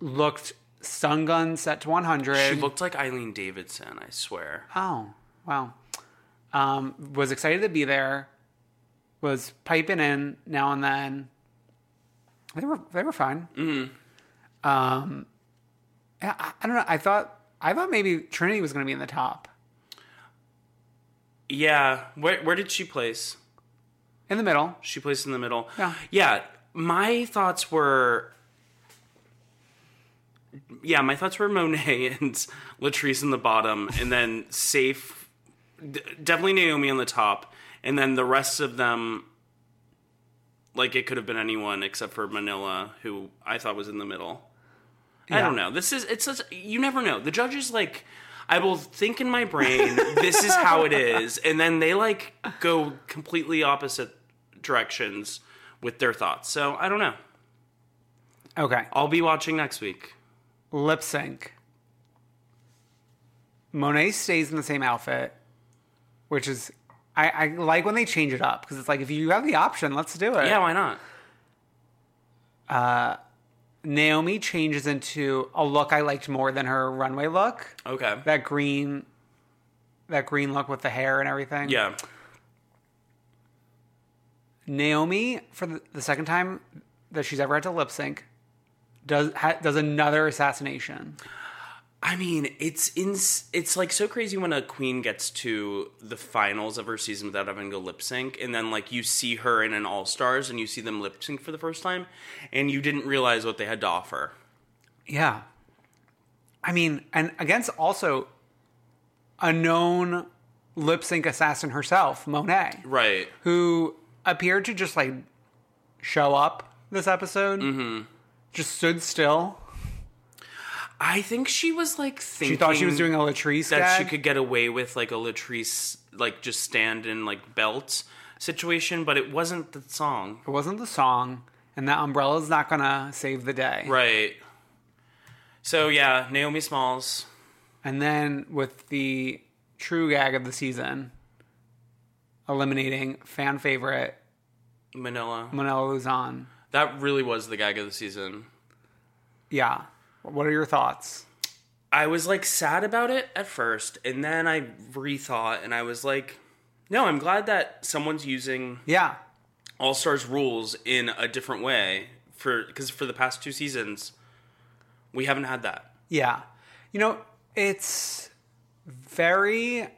Speaker 3: looked stun gun set to 100.
Speaker 4: she looked like Eileen Davidson. I swear.
Speaker 3: oh, wow. Um, was excited to be there. Was piping in now and then. They were they were fine.
Speaker 4: Mm-hmm.
Speaker 3: Um, I, I- I don't know. I thought I thought maybe Trinity was going to be in the top.
Speaker 4: Yeah, where where did she place?
Speaker 3: in the middle.
Speaker 4: She placed in the middle.
Speaker 3: Yeah.
Speaker 4: Yeah. My thoughts were. Yeah, my thoughts were Monet [LAUGHS] and Latrice in the bottom, and then safe, d- definitely Naomi on the top, and then the rest of them. Like it could have been anyone except for Manila, who I thought was in the middle. I don't know. This is it's such, you never know. The judges like I will think in my brain this is how it is, and then they like go completely opposite directions with their thoughts. So I don't know.
Speaker 3: Okay.
Speaker 4: I'll be watching next week.
Speaker 3: Lip sync. Monet stays in the same outfit, which is I, I like when they change it up because it's like if you have the option, let's do it.
Speaker 4: Yeah, why not?
Speaker 3: Naomi changes into a look I liked more than her runway look.
Speaker 4: Okay.
Speaker 3: That green, that green look with the hair and everything.
Speaker 4: yeah.
Speaker 3: Naomi for the, the second time that she's ever had to lip sync. Does ha, does another assassination?
Speaker 4: I mean, it's ins- it's like so crazy when a queen gets to the finals of her season without having to lip sync, and then like you see her in an All Stars and you see them lip sync for the first time, and you didn't realize what they had to offer.
Speaker 3: Yeah. I mean, and against also a known lip sync assassin herself, Monet,
Speaker 4: Right.
Speaker 3: who appeared to just like show up this episode, mm-hmm. just stood still.
Speaker 4: I think she was like thinking
Speaker 3: She thought she was doing a Latrice
Speaker 4: that she
Speaker 3: gag.
Speaker 4: could get away with like a Latrice like just stand and like belt situation, but it wasn't the song.
Speaker 3: It wasn't the song, and that umbrella's not gonna save the day.
Speaker 4: Right. So yeah, Naomi Smalls.
Speaker 3: And then with the true gag of the season, eliminating fan favorite
Speaker 4: Manila.
Speaker 3: Manila Luzon.
Speaker 4: That really was the gag of the season.
Speaker 3: Yeah. What are your thoughts?
Speaker 4: I was like sad about it at first, and then I rethought and I was like, no, I'm glad that someone's using
Speaker 3: Yeah.
Speaker 4: All Stars rules in a different way for because for the past two seasons, we haven't had that.
Speaker 3: Yeah. You know, it's very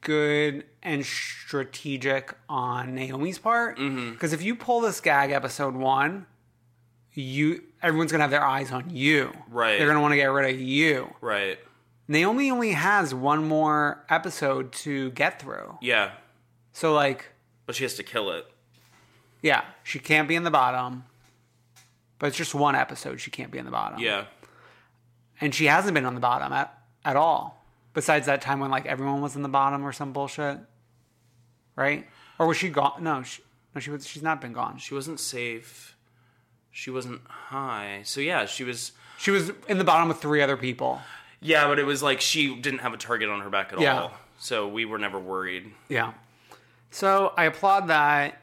Speaker 3: good and strategic on Naomi's part because
Speaker 4: Mm-hmm.
Speaker 3: if you pull this gag episode 1, you everyone's going to have their eyes on you.
Speaker 4: Right.
Speaker 3: They're going to want to get rid of you.
Speaker 4: Right.
Speaker 3: Naomi only has one more episode to get through.
Speaker 4: Yeah.
Speaker 3: So like,
Speaker 4: But she has to kill it.
Speaker 3: yeah, she can't be in the bottom. But it's just one episode she can't be in the bottom.
Speaker 4: Yeah.
Speaker 3: and she hasn't been on the bottom at, at all besides that time when like everyone was in the bottom or some bullshit right or was she gone no she, no she was she's not been gone she,
Speaker 4: She wasn't safe. She wasn't high. So yeah, she was
Speaker 3: she was in the bottom with three other people
Speaker 4: Yeah, but it was like she didn't have a target on her back at
Speaker 3: Yeah.
Speaker 4: all. so we were never worried.
Speaker 3: Yeah. So I applaud that.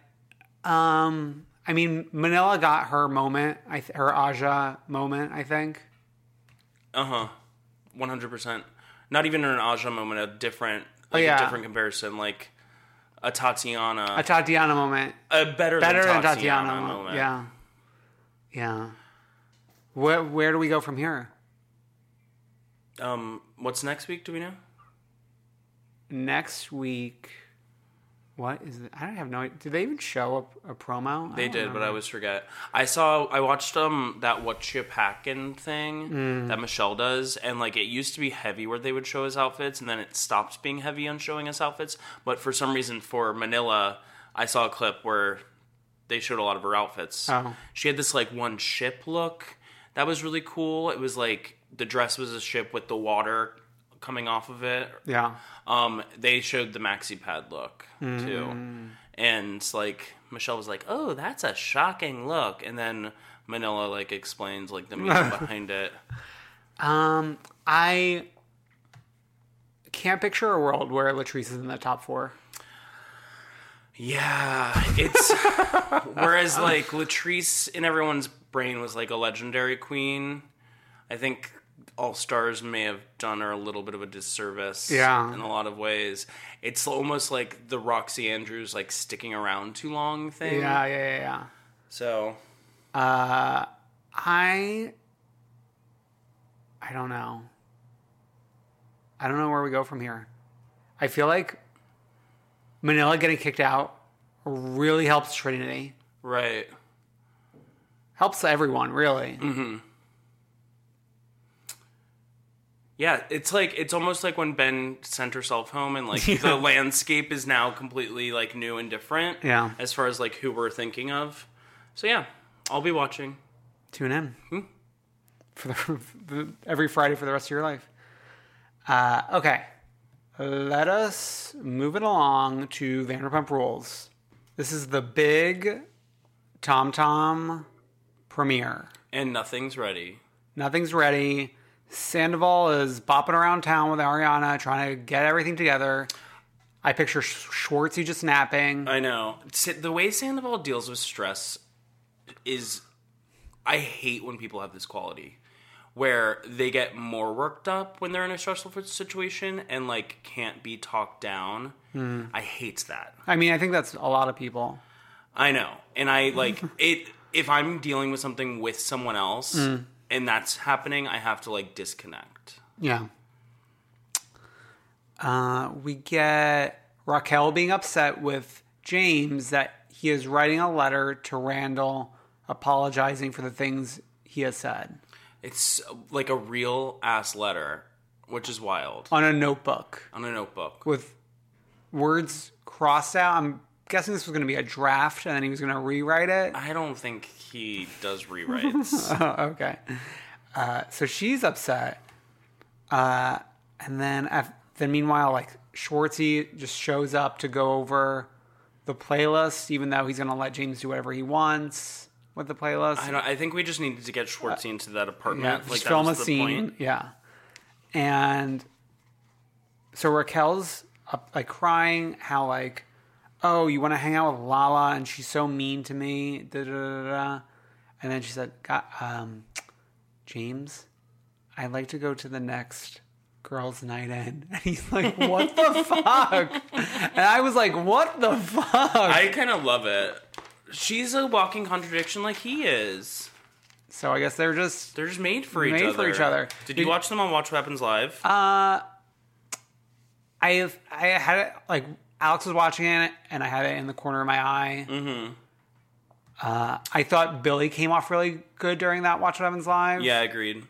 Speaker 3: Um, I mean, Manila got her moment, I th- her Aja moment, I think.
Speaker 4: Uh huh. One hundred percent. Not even an Aja moment. A different. Like
Speaker 3: yeah.
Speaker 4: A different comparison. Like a Tatiana.
Speaker 3: A Tatiana moment.
Speaker 4: a better,
Speaker 3: Better
Speaker 4: than Tatiana,
Speaker 3: than Tatiana. moment.
Speaker 4: moment.
Speaker 3: Yeah. Yeah. Where, where do we go from here?
Speaker 4: Um. What's next week? Do we know?
Speaker 3: Next week. What is it? I don't have no idea. Did they even show a, a promo?
Speaker 4: They did, but I always forget. I saw, I watched um that What You Packin' thing that Michelle does, and like it used to be heavy where they would show us outfits, and then it stopped being heavy on showing us outfits. But for some reason, for Manila, I saw a clip where they showed a lot of her outfits.
Speaker 3: Oh.
Speaker 4: She had this like one ship look that was really cool. It was like the dress was a ship with the water coming off of it,
Speaker 3: Yeah.
Speaker 4: um, they showed the maxi pad look
Speaker 3: Mm.
Speaker 4: too, and like Michelle was like, "Oh, that's a shocking look," and then Manila like explains like the
Speaker 3: [LAUGHS]
Speaker 4: meaning behind it.
Speaker 3: Um, I can't picture a world where Latrice is in the top four.
Speaker 4: Yeah,
Speaker 3: [LAUGHS]
Speaker 4: it's whereas like Latrice in everyone's brain was like a legendary queen. I think All Stars may have done her a little bit of a disservice.
Speaker 3: Yeah.
Speaker 4: in a lot of ways, it's almost like the Roxy Andrews like sticking around too long thing.
Speaker 3: Yeah, yeah, yeah, yeah. Uh,
Speaker 4: So
Speaker 3: I I don't know. I don't know where we go from here. I feel like Manila getting kicked out really helps Trinity.
Speaker 4: right.
Speaker 3: Helps everyone, really.
Speaker 4: Yeah, it's like it's almost like when Ben sent herself home, and like the landscape is now completely like new and different.
Speaker 3: Yeah.
Speaker 4: as far as like who we're thinking of. So yeah, I'll be watching.
Speaker 3: Tune in for, the, [LAUGHS] for the- every Friday for the rest of your life. Uh, okay, let us move it along to Vanderpump Rules. This is the big Tom Tom premiere.
Speaker 4: And nothing's ready.
Speaker 3: Nothing's ready. Sandoval is bopping around town with Ariana, trying to get everything together. I picture Sch- Schwartzy just napping.
Speaker 4: I know S- the way Sandoval deals with stress is. I hate when people have this quality where they get more worked up when they're in a stressful situation and like can't be talked down. I hate that.
Speaker 3: I mean, I think that's a lot of people.
Speaker 4: I know. And
Speaker 3: [LAUGHS]
Speaker 4: I like it if I'm dealing with something with someone else
Speaker 3: Mm.
Speaker 4: and that's happening, I have to like disconnect.
Speaker 3: Yeah. Uh, we get Raquel being upset with James that he is writing a letter to Randall apologizing for the things he has said
Speaker 4: It's like a real ass letter, which is wild.
Speaker 3: on a notebook
Speaker 4: On a notebook.
Speaker 3: with words crossed out. I'm guessing this was going to be a draft and then he was going to rewrite it.
Speaker 4: I don't think he
Speaker 3: [LAUGHS]
Speaker 4: does rewrites.
Speaker 3: Oh, okay. Uh, so she's upset. Uh, and then, af- then meanwhile, like Schwartzy just shows up to go over the playlist, even though he's going to let James do whatever he wants with the playlist.
Speaker 4: I, don't, I think we just needed to get Schwartz into that apartment. like
Speaker 3: just
Speaker 4: that
Speaker 3: film
Speaker 4: was
Speaker 3: a
Speaker 4: the
Speaker 3: scene.
Speaker 4: point.
Speaker 3: Yeah. And so Raquel's up, like crying how like, oh, you want to hang out with Lala and she's so mean to me. Da, da, da, da, da. And then she said, "Go- um, James, I'd like to go to the next girls' night in. [LAUGHS] And he's like,
Speaker 4: [LAUGHS]
Speaker 3: what the fuck? And I was like, what the fuck?
Speaker 4: I kind of love it. She's a walking contradiction, like he is.
Speaker 3: so I guess they're just
Speaker 4: They're just made for each
Speaker 3: Made
Speaker 4: other.
Speaker 3: for each other.
Speaker 4: Did you
Speaker 3: Did- Um,
Speaker 4: watch them on Watch What Happens Live?
Speaker 3: I have I had it like Alex was watching it and I had it in the corner of my eye. Mm-hmm. Uh, I thought Billy came off really good during that Watch What Happens Live.
Speaker 4: yeah, agreed.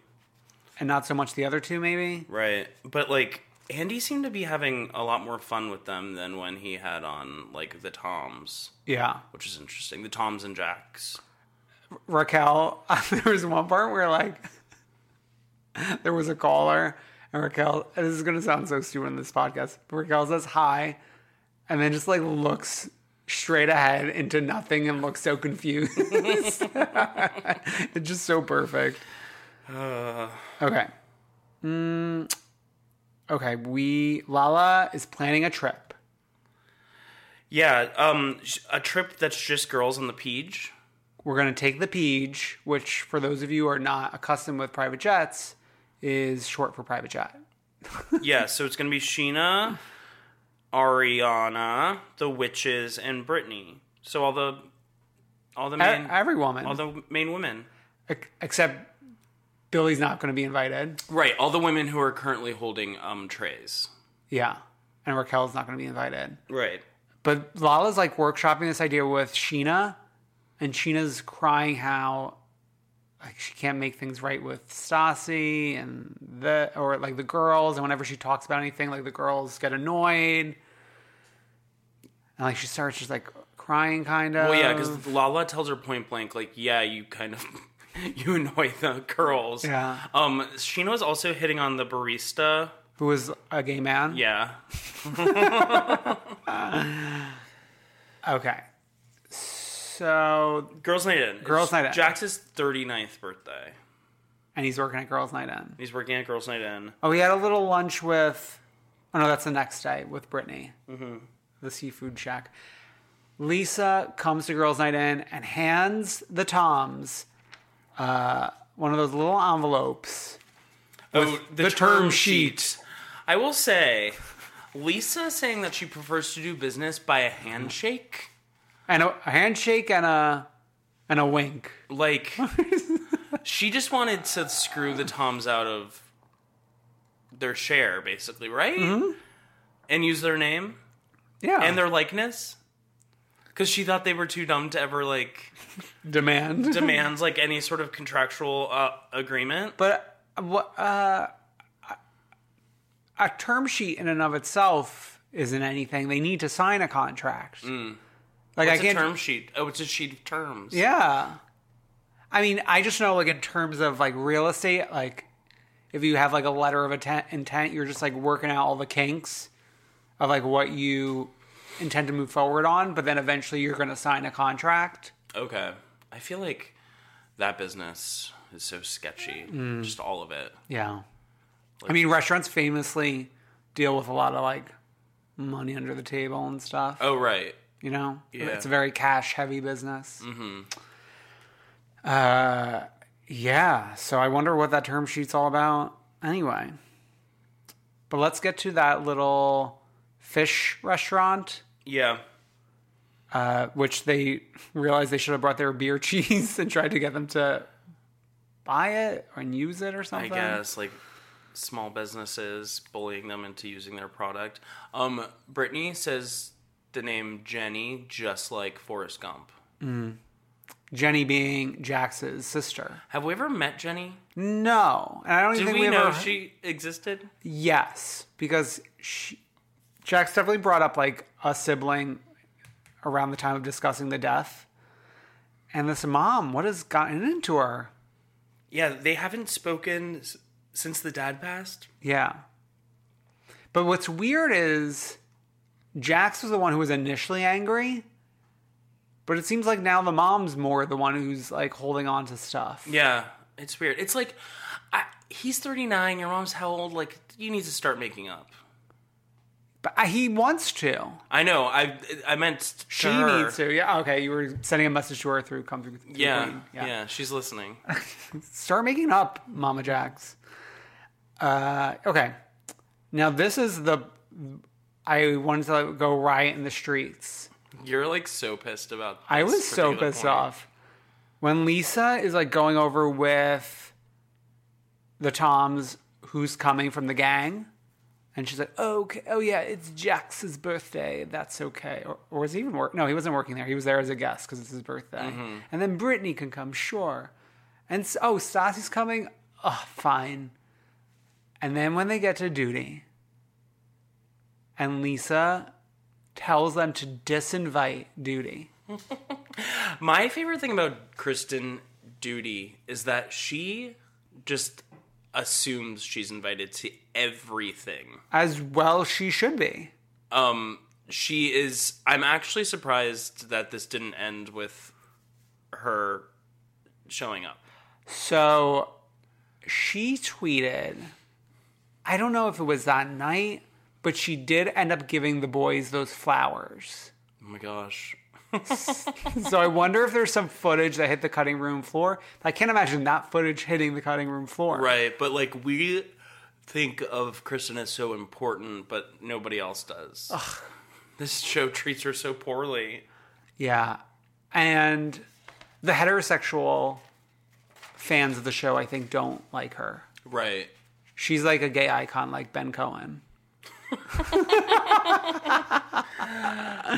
Speaker 3: and not so much the other two maybe.
Speaker 4: Right. But like Andy seemed to be having a lot more fun with them than when he had on like the Toms,
Speaker 3: Yeah,
Speaker 4: which is interesting. The Toms and Jacks.
Speaker 3: Raquel. [LAUGHS] there was one part where like [LAUGHS] there was a caller and Raquel. and This is gonna sound so stupid in this podcast. But Raquel says hi, and then just like looks straight ahead into nothing and looks so confused. [LAUGHS] it's just so perfect. okay. Mm, Okay, we Lala is planning a trip.
Speaker 4: Yeah, um, sh- a trip that's just girls on the Peach.
Speaker 3: We're going to take the Peej, which for those of you who are not accustomed with private jets, is short for private jet. E-,
Speaker 4: yeah, so it's gonna be Sheena, Ariana, the witches, and Brittany. So all the, all the
Speaker 3: E-
Speaker 4: main,
Speaker 3: Every woman,
Speaker 4: all the main women.
Speaker 3: Ex- except Billy's not going to be invited.
Speaker 4: Right, all the women who are currently holding um trays.
Speaker 3: Yeah, and Raquel's not going to be invited.
Speaker 4: Right.
Speaker 3: But Lala's like workshopping this idea with Sheena, and Sheena's crying how like she can't make things right with Stassi and the or like the girls, and whenever she talks about anything, like the girls get annoyed. And like she starts just like crying kind of.
Speaker 4: Well, yeah, because Lala tells her point blank, like, yeah, you kind of [LAUGHS] you annoy the girls.
Speaker 3: Yeah.
Speaker 4: Um, Sheena was also hitting on the barista.
Speaker 3: who was a gay man.
Speaker 4: Yeah.
Speaker 3: Okay. So
Speaker 4: Girls' night in.
Speaker 3: Girls' night in.
Speaker 4: Jax's 39th birthday.
Speaker 3: and he's working at Girls Night In.
Speaker 4: He's working at Girls' Night In.
Speaker 3: Oh, we had a little lunch with. Oh no, that's the next day with Brittany, mm-hmm. the seafood shack. Lisa comes to girls' night in and hands the Toms uh, one of those little envelopes.
Speaker 4: Oh,
Speaker 3: the term sheet.
Speaker 4: I will say, Lisa saying that she prefers to do business by a handshake.
Speaker 3: and a, a handshake and a and a wink. [LAUGHS]
Speaker 4: Like, she just wanted to screw the Toms out of their share, basically, right?
Speaker 3: Mm-hmm.
Speaker 4: And use their name
Speaker 3: Yeah,
Speaker 4: and their likeness. Because she thought they were too dumb to ever,
Speaker 3: [LAUGHS]
Speaker 4: like,
Speaker 3: demand.
Speaker 4: demands, like, any sort of contractual uh, agreement.
Speaker 3: but uh, what uh, a term sheet in and of itself isn't anything. They need to sign a contract. Like
Speaker 4: It's
Speaker 3: I
Speaker 4: a
Speaker 3: can't
Speaker 4: term sheet. Oh, it's a sheet of terms.
Speaker 3: Yeah. I mean, I just know like in terms of like real estate, like if you have like a letter of intent, intent you're just like working out all the kinks of like what you intend to move forward on, but then eventually you're going to sign a contract.
Speaker 4: Okay. I feel like that business is so sketchy.
Speaker 3: Mm.
Speaker 4: Just all of it.
Speaker 3: Yeah. I mean, restaurants famously deal with a lot of like money under the table and stuff.
Speaker 4: Oh, right.
Speaker 3: You know,
Speaker 4: Yeah.
Speaker 3: it's a very cash heavy business. Mm-hmm. Uh, yeah. So I wonder what that term sheet's all about. Anyway, but let's get to that little fish restaurant,
Speaker 4: Yeah.
Speaker 3: uh, which they realized they should have brought their beer [LAUGHS] cheese and tried to get them to buy it and use it or
Speaker 4: I
Speaker 3: something.
Speaker 4: guess like small businesses bullying them into using their product. Um, Brittany says the name Jenny just like Forrest Gump.
Speaker 3: Jenny being Jax's sister.
Speaker 4: Have we ever met Jenny?
Speaker 3: No, and I don't even
Speaker 4: Did
Speaker 3: think
Speaker 4: we,
Speaker 3: we,
Speaker 4: know
Speaker 3: ever...
Speaker 4: she existed?
Speaker 3: Yes, because she, Jack's definitely brought up like a sibling around the time of discussing the death. And this mom, what has gotten into her?
Speaker 4: Yeah, they haven't spoken s- since the dad passed.
Speaker 3: Yeah. But what's weird is Jax was the one who was initially angry, but it seems like now the mom's more the one who's like holding on to stuff.
Speaker 4: Yeah, it's weird. It's like I, he's 39, your mom's how old? Like you need to start making up.
Speaker 3: But I- he wants to.
Speaker 4: I know. I I meant to
Speaker 3: She
Speaker 4: her.
Speaker 3: needs to. Yeah. Okay. You were sending a message to her through come through. through
Speaker 4: Yeah,
Speaker 3: Queen.
Speaker 4: yeah, she's
Speaker 3: [LAUGHS]
Speaker 4: listening.
Speaker 3: start making up mama jacks uh okay now this is the i wanted to go riot in the streets
Speaker 4: You're like so pissed about.
Speaker 3: i
Speaker 4: this
Speaker 3: was so
Speaker 4: particular
Speaker 3: pissed
Speaker 4: point.
Speaker 3: off when lisa is like going over with the toms who's coming from the gang and she's like oh, okay oh yeah it's jax's birthday that's okay or, or was he even work no he wasn't working there he was there as a guest because it's his birthday and then brittany can come sure And s- oh, Stassi's coming. Oh, fine. And then when they get to duty, and Lisa tells them to disinvite duty.
Speaker 4: My favorite thing about Kristen Duty is that she just assumes she's invited to everything.
Speaker 3: As well she should be.
Speaker 4: Um, she is. I'm actually surprised that this didn't end with her showing up.
Speaker 3: So she tweeted, I don't know if it was that night, but she did end up giving the boys those flowers.
Speaker 4: Oh my gosh.
Speaker 3: so I wonder if there's some footage that hit the cutting room floor. I can't imagine that footage hitting the cutting room floor.
Speaker 4: Right, but like we think of Kristen as so important, but nobody else does. This show treats her so poorly.
Speaker 3: Yeah. And the heterosexual fans of the show, I think, don't like her.
Speaker 4: Right.
Speaker 3: She's like a gay icon like Ben Cohen.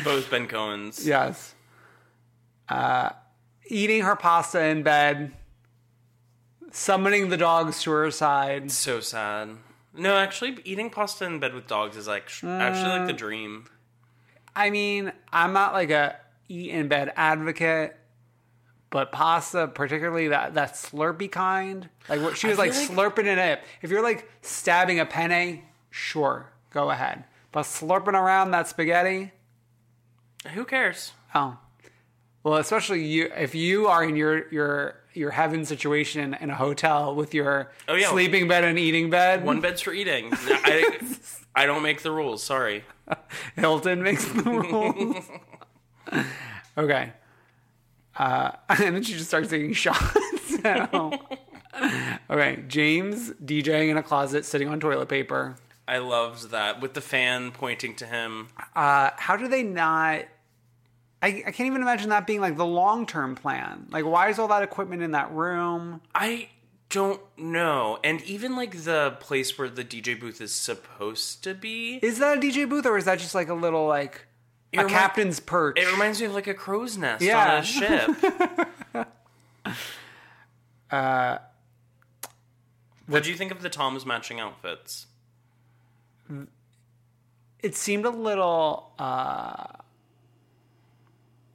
Speaker 4: Both Ben Cohen's.
Speaker 3: Yes. Uh, eating her pasta in bed, summoning the dogs to her side.
Speaker 4: So sad. No, actually, eating pasta in bed with dogs is like sh- actually like the dream.
Speaker 3: I mean, I'm not like a eat in bed advocate, but pasta, particularly that that slurpy kind, like what she was like, slurping it up. If you're like stabbing a penne, sure, go ahead. But slurping around that spaghetti,
Speaker 4: Who cares?
Speaker 3: oh, well, especially you if you are in your your your heaven situation in a hotel with your
Speaker 4: Oh, yeah.
Speaker 3: sleeping bed and eating bed.
Speaker 4: One bed's for [LAUGHS] eating. No, I, I don't make the rules. Sorry.
Speaker 3: Hilton makes
Speaker 4: [LAUGHS]
Speaker 3: the rules. okay. Uh, [LAUGHS] and then she just starts taking shots. [LAUGHS] So. okay, James DJing in a closet, sitting on toilet paper.
Speaker 4: I loved that with the fan pointing to him.
Speaker 3: Uh, How do they not? I, I can't even imagine that being like the long term plan. Like, why is all that equipment in that room?
Speaker 4: I don't know. And even like the place where the DJ booth is supposed to be,
Speaker 3: Is that a DJ booth or is that just like a little like a
Speaker 4: remi-
Speaker 3: captain's perch?
Speaker 4: it reminds me of like a crow's nest on
Speaker 3: Yeah.
Speaker 4: a ship. uh, [LAUGHS] what do you think of the Tom's matching outfits?
Speaker 3: it seemed a little uh,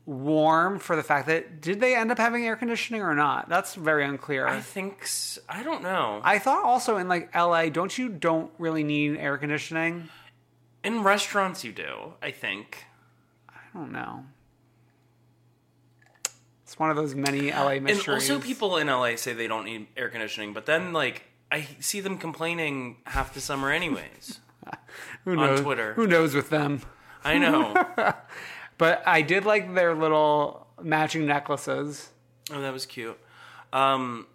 Speaker 3: warm for the fact that did they end up having air conditioning or not? That's very unclear.
Speaker 4: I
Speaker 3: I,
Speaker 4: think s I don't know.
Speaker 3: thought also in like LA, don't you don't really need air conditioning?
Speaker 4: In restaurants, you do. I think.
Speaker 3: I don't know. It's one of those many LA
Speaker 4: And
Speaker 3: mysteries.
Speaker 4: also, people in LA say they don't need air conditioning, but then like I see them complaining half the summer, anyways.
Speaker 3: who
Speaker 4: on
Speaker 3: knows,
Speaker 4: Twitter.
Speaker 3: Who knows with them?
Speaker 4: I [LAUGHS] know.
Speaker 3: But I did like their little matching necklaces.
Speaker 4: Oh, that was cute. Um,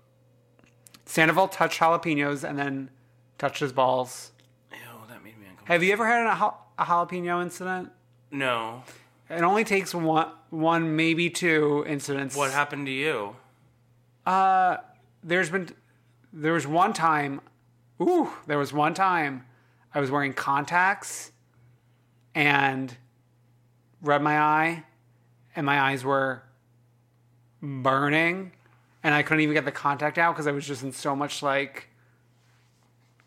Speaker 3: Sandoval touched jalapenos and then touched his balls.
Speaker 4: ew, that made me uncomfortable.
Speaker 3: Have you ever had a, jal- a jalapeno incident?
Speaker 4: No,
Speaker 3: It only takes one, one maybe two incidents.
Speaker 4: what happened to you?
Speaker 3: There's been, there was one time, ooh, there was one time I was wearing contacts and rubbed my eye, and my eyes were burning, and I couldn't even get the contact out because I was just in so much like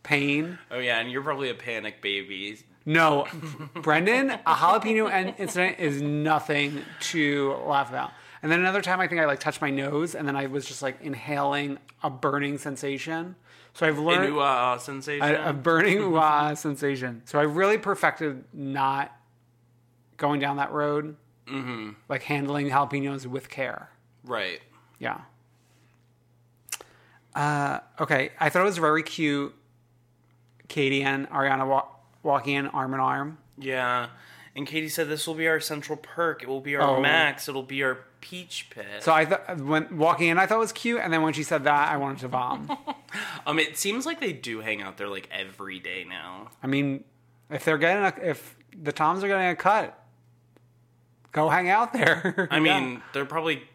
Speaker 3: pain.
Speaker 4: Oh yeah, and you're probably a panic baby.
Speaker 3: No, Brendan, a jalapeno en- incident is nothing to laugh about. And then another time, I think I like touched my nose, and then I was just like inhaling a burning sensation. So I've
Speaker 4: A
Speaker 3: learned
Speaker 4: new uh, sensation.
Speaker 3: a, a
Speaker 4: [LAUGHS]
Speaker 3: burning ooh-ah sensation. So I really perfected not going down that road, mm-hmm. like handling jalapenos with care.
Speaker 4: right.
Speaker 3: Yeah. Uh, okay, I thought it was very cute. Katie and Ariana wa- walking in arm in arm.
Speaker 4: Yeah. And Katie said this will be our central perk. It will be our
Speaker 3: Oh.
Speaker 4: max. It'll be our peach pit.
Speaker 3: So I thought when walking in, I thought it was cute, and then when she said that, I wanted to vom.
Speaker 4: um, it seems like they do hang out there like every day now.
Speaker 3: I mean, if they're getting a, if the Toms are getting a cut, go hang out there.
Speaker 4: [LAUGHS] I
Speaker 3: Yeah.
Speaker 4: mean, they're probably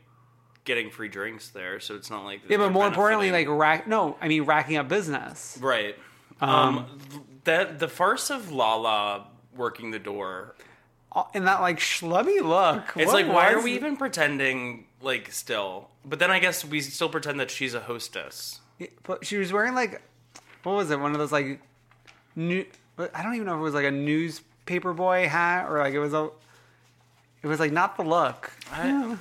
Speaker 4: getting free drinks there, so it's not like
Speaker 3: yeah, but more importantly, like rack. No, I mean racking up business.
Speaker 4: right. Um, that the farce of Lala working the door.
Speaker 3: And that like schlubby look.
Speaker 4: It's
Speaker 3: What
Speaker 4: like why are
Speaker 3: was-
Speaker 4: we even pretending? Like still, but then I guess we still pretend that she's a hostess.
Speaker 3: But she was wearing like, what was it? One of those like, new. I don't even know if it was like a newspaper boy hat or like it was a. It was like not the look.
Speaker 4: I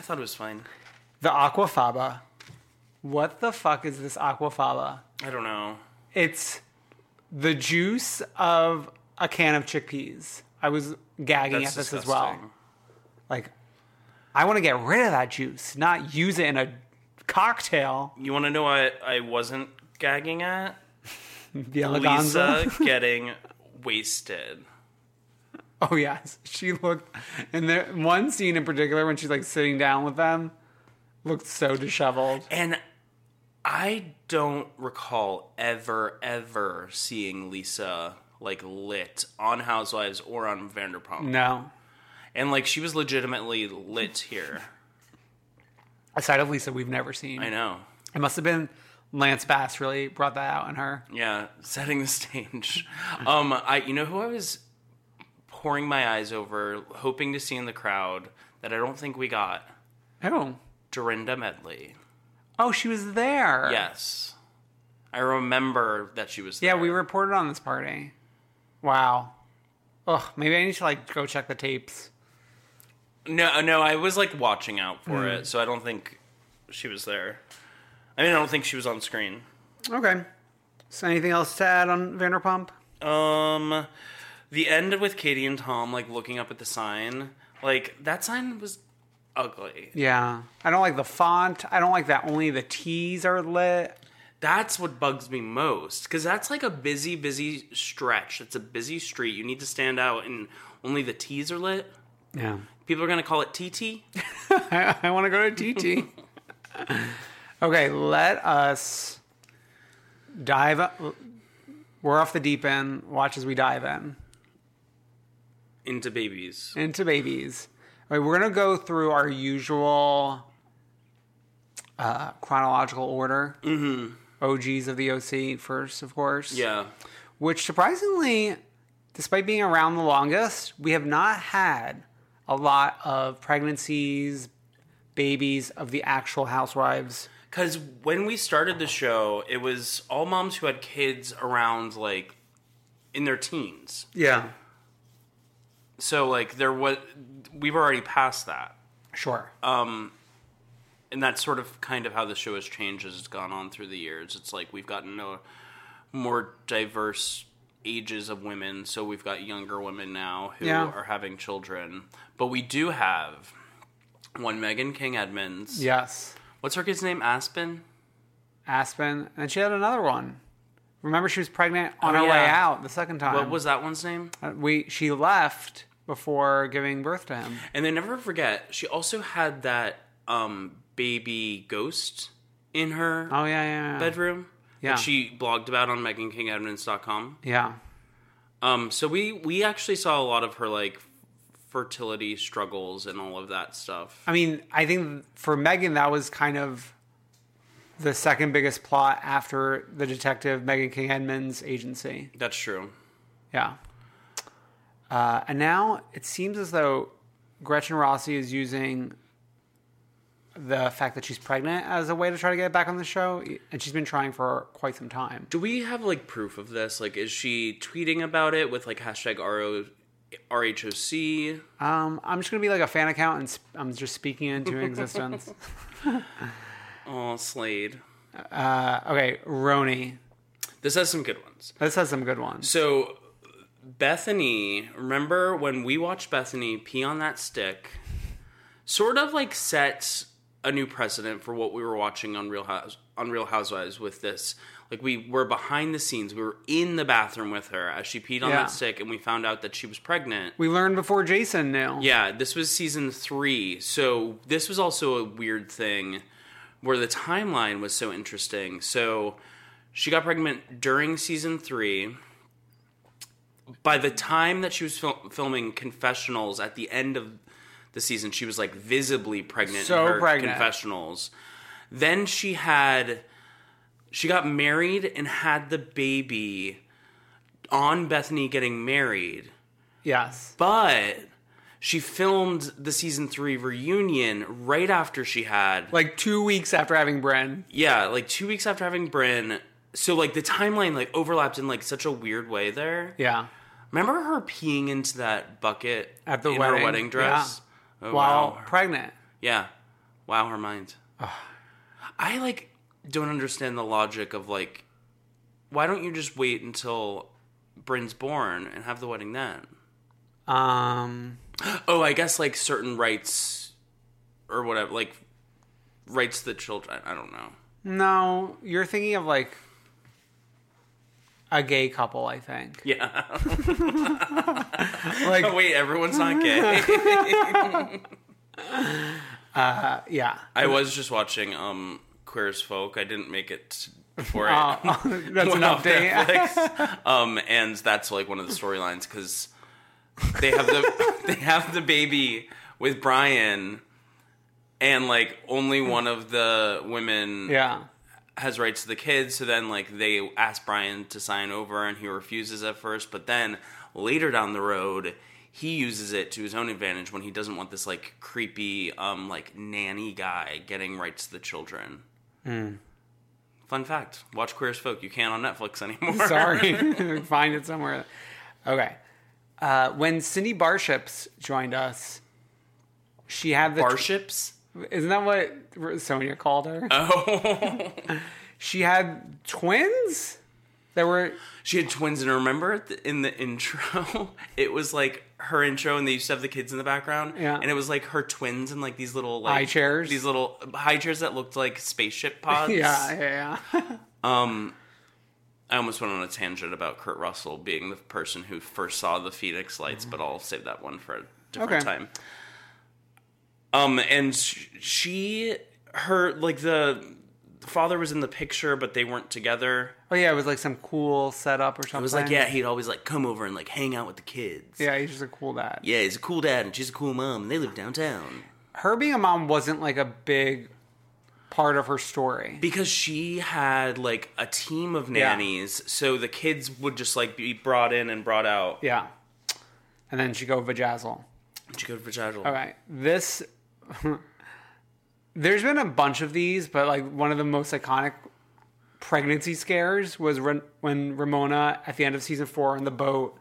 Speaker 4: thought it was fine.
Speaker 3: The aquafaba. What the fuck is this aquafaba?
Speaker 4: I don't know.
Speaker 3: It's the juice of a can of chickpeas. I was gagging
Speaker 4: That's
Speaker 3: at this
Speaker 4: disgusting.
Speaker 3: as well. Like, I want to get rid of that juice, not use it in a cocktail.
Speaker 4: You want to know what I wasn't gagging at?
Speaker 3: The
Speaker 4: Lisa
Speaker 3: Eleganza.
Speaker 4: getting wasted.
Speaker 3: [LAUGHS] Oh yes, she looked. And there, one scene in particular when she's like sitting down with them, looked so disheveled.
Speaker 4: And I don't recall ever, ever seeing Lisa like lit on Housewives or on Vanderpump.
Speaker 3: No,
Speaker 4: And like she was legitimately lit here.
Speaker 3: a side of Lisa we've never seen.
Speaker 4: I know.
Speaker 3: It must have been Lance Bass really brought that out in her.
Speaker 4: Yeah, [LAUGHS] setting the
Speaker 3: [LAUGHS]
Speaker 4: stage. Um, I you know who I was pouring my eyes over, hoping to see in the crowd that I don't think we got
Speaker 3: Oh,
Speaker 4: Dorinda Medley.
Speaker 3: oh, she was there.
Speaker 4: Yes, I remember that she was.
Speaker 3: Yeah,
Speaker 4: there.
Speaker 3: we reported on this party. Wow. Ugh, maybe I need to like go check the tapes.
Speaker 4: No, uh, no, I was like watching out for it, so I don't think she was there. I mean, I don't think she was on screen.
Speaker 3: Okay. So anything else to add on Vanderpump?
Speaker 4: Um, the end with Katie and Tom like looking up at the sign, like that sign was ugly.
Speaker 3: Yeah. I don't like the font. I don't like that only the T's are lit.
Speaker 4: That's what bugs me most because that's like a busy, busy stretch. It's a busy street. You need to stand out, and only the T's are lit.
Speaker 3: Yeah.
Speaker 4: People are gonna call it TT.
Speaker 3: I, I want to go [LAUGHS] to TT. okay, let us dive. We're off the deep end. Watch as we dive in.
Speaker 4: into babies.
Speaker 3: into babies. All right, we're gonna go through our usual uh, chronological order. Mm-hmm. OGs of the OC first, of course.
Speaker 4: Yeah,
Speaker 3: Which surprisingly, despite being around the longest, we have not had a lot of pregnancies, babies of the actual housewives.
Speaker 4: because when we started the show, it was all moms who had kids around like in their teens.
Speaker 3: Yeah.
Speaker 4: So like there was we were already past that,
Speaker 3: Sure.
Speaker 4: Uh, and that's sort of kind of how the show has changed as it's gone on through the years. It's like we've gotten a more diverse ages of women, so we've got younger women now who
Speaker 3: Yeah.
Speaker 4: are having children, but we do have one Megan King Edmonds.
Speaker 3: yes.
Speaker 4: What's her kid's name? Aspen.
Speaker 3: Aspen, and she had another one. Remember, she was pregnant on
Speaker 4: Oh,
Speaker 3: her
Speaker 4: yeah.
Speaker 3: way out the second time.
Speaker 4: What was that one's name?
Speaker 3: Uh, We she left before giving birth to him.
Speaker 4: And then never forget, she also had that um, baby ghost in her
Speaker 3: Oh yeah, yeah, yeah.
Speaker 4: bedroom
Speaker 3: Yeah.
Speaker 4: that she blogged about on MeganKingEdmonds.com.
Speaker 3: yeah.
Speaker 4: Um, so we we actually saw a lot of her like fertility struggles and all of that stuff.
Speaker 3: I mean, I think for Megan that was kind of the second biggest plot after the detective Megan King Edmonds agency.
Speaker 4: That's true.
Speaker 3: Yeah. Uh, and now it seems as though Gretchen Rossi is using the fact that she's pregnant as a way to try to get back on the show, and she's been trying for quite some time.
Speaker 4: Do we have like proof of this? Like, is she tweeting about it with like hashtag RO, RHOC?
Speaker 3: Um, I'm just gonna be like a fan account, and sp- I'm just speaking into existence.
Speaker 4: Oh, Slade.
Speaker 3: Okay, Roni.
Speaker 4: This has some good ones.
Speaker 3: This has some good ones.
Speaker 4: So, Bethany, remember when we watched Bethany pee on that stick? Sort of like sets a new precedent for what we were watching on Real House on Real Housewives with this. Like we were behind the scenes, we were in the bathroom with her as she peed on
Speaker 3: Yeah.
Speaker 4: that stick, and we found out that she was pregnant.
Speaker 3: We learned before Jason knew.
Speaker 4: Yeah, this was season three. So this was also a weird thing where the timeline was so interesting. So she got pregnant during season three. By the time that she was fil- filming confessionals at the end of the season, she was like visibly pregnant
Speaker 3: So
Speaker 4: in her
Speaker 3: pregnant.
Speaker 4: confessionals. Then she had she got married and had the baby on Bethany getting married
Speaker 3: Yes.
Speaker 4: but she filmed the season three reunion right after she had
Speaker 3: Like two weeks after having Bren.
Speaker 4: yeah like two weeks after having bryn so like the timeline like overlapped in like such a weird way there
Speaker 3: Yeah.
Speaker 4: remember her peeing into that bucket
Speaker 3: At the
Speaker 4: in
Speaker 3: wedding.
Speaker 4: her wedding dress oh,
Speaker 3: While
Speaker 4: wow
Speaker 3: pregnant.
Speaker 4: yeah wow her mind i like don't understand the logic of like why don't you just wait until bryn's born and have the wedding then
Speaker 3: Um.
Speaker 4: Oh, I guess like certain rights or whatever, like rights to the children. I don't know.
Speaker 3: No, you're thinking of like. a gay couple, I think.
Speaker 4: Yeah.
Speaker 3: [LAUGHS] Like,
Speaker 4: Oh, [LAUGHS] wait, everyone's not
Speaker 3: [LAUGHS]
Speaker 4: gay.
Speaker 3: yeah.
Speaker 4: I was just watching um Queer as Folk. I didn't make it before it
Speaker 3: Oh, [LAUGHS] That's
Speaker 4: [LAUGHS]
Speaker 3: an
Speaker 4: went off
Speaker 3: update.
Speaker 4: Netflix. um, and that's like one of the storylines because they have the
Speaker 3: [LAUGHS]
Speaker 4: [LAUGHS] they have the baby with Brian, and like only one of the women
Speaker 3: Yeah.
Speaker 4: has rights to the kids. So then, like, they ask Brian to sign over, and he refuses at first. But then later down the road, he uses it to his own advantage when he doesn't want this like creepy, um, like nanny guy getting rights to the children. Fun fact: Watch Queer as Folk. You can't on Netflix anymore.
Speaker 3: Sorry, [LAUGHS] find it somewhere. Okay. Uh, when Cindy Barships joined us, she had the
Speaker 4: Barships.
Speaker 3: isn't that what Sonia called her?
Speaker 4: Uh.
Speaker 3: Oh, she had twins that were
Speaker 4: She had twins, and remember at the- in the intro, [LAUGHS] it was like her intro, and they used to have the kids in the background.
Speaker 3: Yeah.
Speaker 4: And it was like her twins and like these little like
Speaker 3: High chairs.
Speaker 4: these little high chairs that looked like
Speaker 3: [LAUGHS]
Speaker 4: spaceship pods.
Speaker 3: yeah yeah. yeah.
Speaker 4: I almost went on a tangent about Kurt Russell being the person who first saw the Phoenix Lights, but I'll save that one for a different
Speaker 3: Mm-hmm. Okay.
Speaker 4: time. Um, and sh- she, her, like the father was in the picture, but they weren't together.
Speaker 3: Oh yeah, it was like some cool setup or something.
Speaker 4: It was like, yeah, he'd always like come over and like hang out with the kids.
Speaker 3: yeah. He's just a cool dad.
Speaker 4: Yeah, he's a cool dad and she's a cool mom, and they live downtown.
Speaker 3: Her being a mom wasn't like a big part of her story.
Speaker 4: because she had like a team of nannies, so the kids would just like be brought in and brought out.
Speaker 3: Yeah. And then she go vajazzle.
Speaker 4: Did you go to vaginal?
Speaker 3: All right. This [LAUGHS] There's been a bunch of these, but like one of the most iconic pregnancy scares was Ren- when Ramona at the end of season 4 on the boat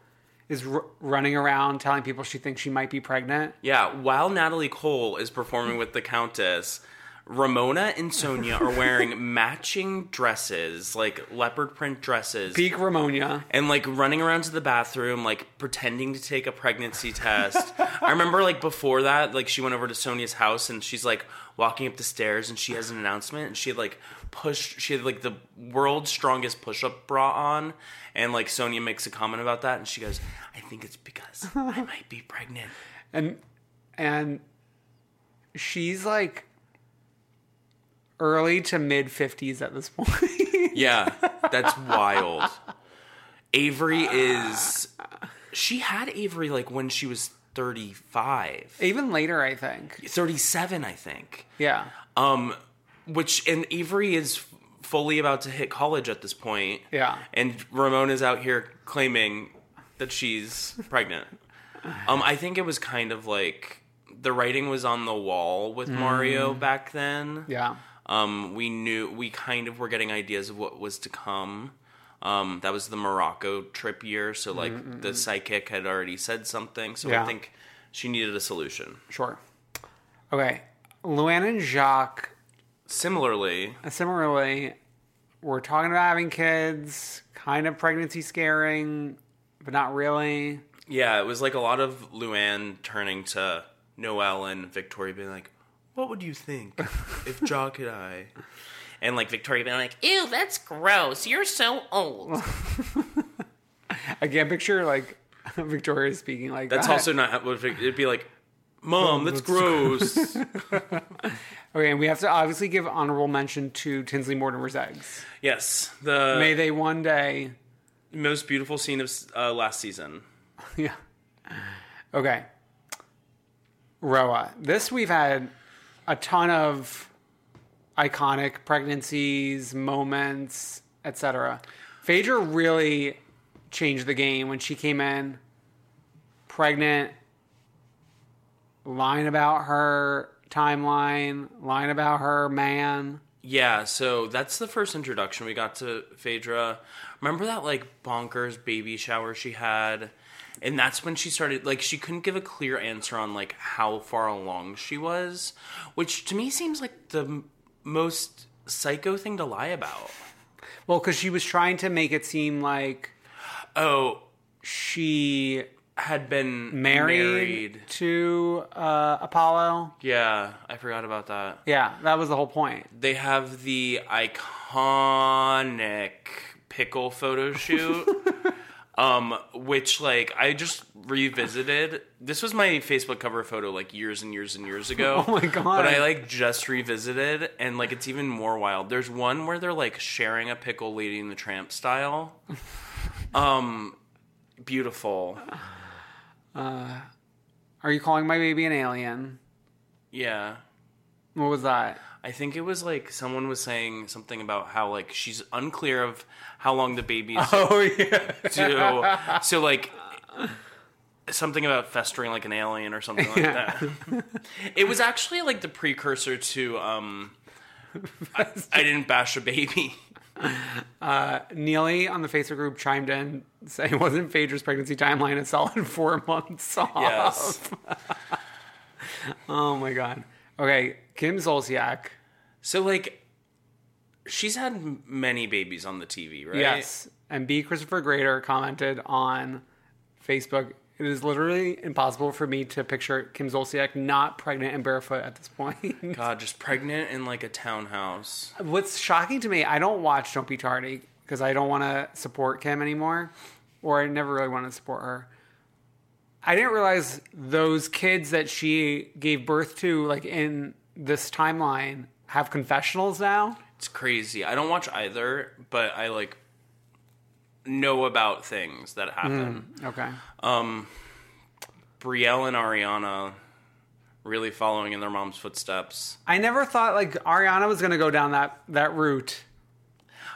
Speaker 3: is r- running around telling people she thinks she might be pregnant.
Speaker 4: Yeah, while Natalie Cole is performing with the Countess, Ramona and Sonia are
Speaker 3: [LAUGHS]
Speaker 4: wearing matching dresses, like leopard print dresses,
Speaker 3: Peak Ramona.
Speaker 4: and like running around to the bathroom, like pretending to take a pregnancy test. I remember like before that, like she went over to Sonia's house and she's like walking up the stairs and she has an announcement and she had like pushed, she had like the world's strongest push up bra on. And like Sonia makes a comment about that and she goes, I think it's because I might be pregnant.
Speaker 3: and and she's like early to mid 50s at this [LAUGHS] point.
Speaker 4: Yeah, that's wild. Avery is. She had Avery like when she was 35,
Speaker 3: Even later, I think.
Speaker 4: 37, I think.
Speaker 3: Yeah.
Speaker 4: Um, which and Avery is f- fully about to hit college at this point.
Speaker 3: Yeah.
Speaker 4: and Ramona's out here claiming that she's pregnant. Um, I think it was kind of like the writing was on the wall with Mario back then
Speaker 3: Mm. Yeah.
Speaker 4: um, we knew we kind of were getting ideas of what was to come. Um, that was the Morocco trip year, so like the psychic had already said something. So
Speaker 3: Mm, Yeah.
Speaker 4: I think she needed a solution.
Speaker 3: Sure. Okay. Luann and Jacques
Speaker 4: Similarly,
Speaker 3: similarly we're talking about having kids kind of pregnancy scaring but not really
Speaker 4: yeah, it was like a lot of Luann turning to Noelle and Victoria being like, "What would you [LAUGHS] think if Jock and I?" And like Victoria being like, "Ew, that's gross. You're so
Speaker 2: [LAUGHS]
Speaker 4: old."
Speaker 3: i can't picture like [LAUGHS] victoria speaking like
Speaker 4: That's
Speaker 3: that.
Speaker 4: also not what Vic- it'd be like. Mom, that's gross.
Speaker 3: okay and we have to obviously give honorable mention to tinsley mortimer's eggs
Speaker 4: [LAUGHS] yes, the
Speaker 3: may they one day
Speaker 4: most beautiful scene of uh, last season.
Speaker 3: yeah okay roa this we've had a ton of iconic pregnancies moments etc phaedra really changed the game when she came in pregnant lying about her timeline lying about her man
Speaker 4: Yeah, so that's the first introduction we got to Phaedra. Remember that like bonkers baby shower she had? And that's when she started like she couldn't give a clear answer on like how far along she was, which to me seems like the m- most psycho thing to lie about.
Speaker 3: well because she was trying to make it seem like
Speaker 4: Oh,
Speaker 3: she
Speaker 4: had been
Speaker 3: married,
Speaker 4: married.
Speaker 3: to uh, Apollo.
Speaker 4: Yeah, I forgot about that.
Speaker 3: Yeah, that was the whole point.
Speaker 4: They have the iconic pickle
Speaker 3: [LAUGHS]
Speaker 4: photo shoot, um, which like I just revisited. This was my Facebook cover photo like years and years and years ago.
Speaker 3: [LAUGHS] Oh my God.
Speaker 4: But I like just revisited, and like it's even more wild. There's one where they're like sharing a pickle, leading the tramp
Speaker 3: [LAUGHS]
Speaker 4: style. Um, beautiful.
Speaker 3: Are you calling my baby an alien?
Speaker 4: Yeah.
Speaker 3: What was that?
Speaker 4: I think it was like someone was saying something about how like she's unclear of how long the baby's
Speaker 3: [LAUGHS] Oh yeah.
Speaker 4: due. so like something about festering like an alien or something like that. it was actually like the precursor to um I, I didn't bash a baby.
Speaker 3: Neely on the Facebook group chimed in saying, "Wasn't Phaedra's pregnancy timeline a solid four months [LAUGHS] [LAUGHS] off?"
Speaker 4: Yes.
Speaker 3: Oh my god. Okay, Kim Zolciak.
Speaker 4: So like she's had m- many babies on the TV, right?
Speaker 3: Yes, and B. Christopher Grader commented on Facebook. It is literally impossible for me to picture Kim Zolciak not pregnant and barefoot at this point.
Speaker 4: God, Uh, just pregnant in like a townhouse.
Speaker 3: What's shocking to me, I don't watch Don't Be Tardy because I don't want to support Kim anymore, or I never really wanted to support her. I didn't realize those kids that she gave birth to, like in this timeline, have confessionals now.
Speaker 4: It's crazy. I don't watch either, but I like know about things that happen.
Speaker 3: Okay. Mm.
Speaker 4: Brielle and Ariana really following in their mom's footsteps.
Speaker 3: I never thought like Ariana was gonna go down that that route.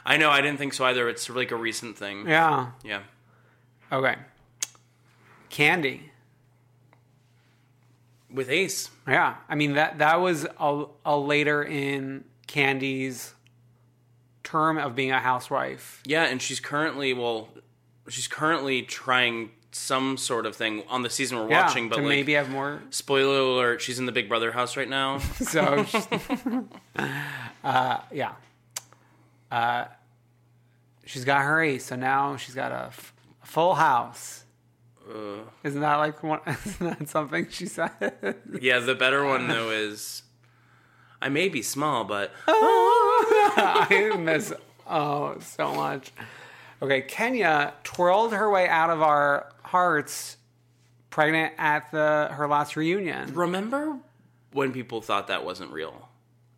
Speaker 4: I know, I didn't think so either. It's like a recent thing.
Speaker 3: Yeah.
Speaker 4: Yeah.
Speaker 3: Okay. Candy.
Speaker 4: With Ace.
Speaker 3: Yeah. I mean that that was a, a later in Candy's term of being a housewife.
Speaker 4: Yeah, and she's currently, well, she's currently trying some sort of thing on the season we're watching,
Speaker 3: yeah,
Speaker 4: but
Speaker 3: to
Speaker 4: like,
Speaker 3: maybe have more.
Speaker 4: spoiler alert, she's in the Big Brother house right now.
Speaker 3: [LAUGHS] [LAUGHS] So, she's- uh, yeah. Uh, she's got her ace, so now she's got a, f- a full house. Isn't that like one, [LAUGHS] isn't that something she said?
Speaker 4: yeah, the better one, though, is I may be small,
Speaker 3: [LAUGHS]
Speaker 4: but
Speaker 3: [LAUGHS] I miss oh so much. Okay, Kenya twirled her way out of our hearts, pregnant at the her last reunion.
Speaker 4: remember when people thought that wasn't real?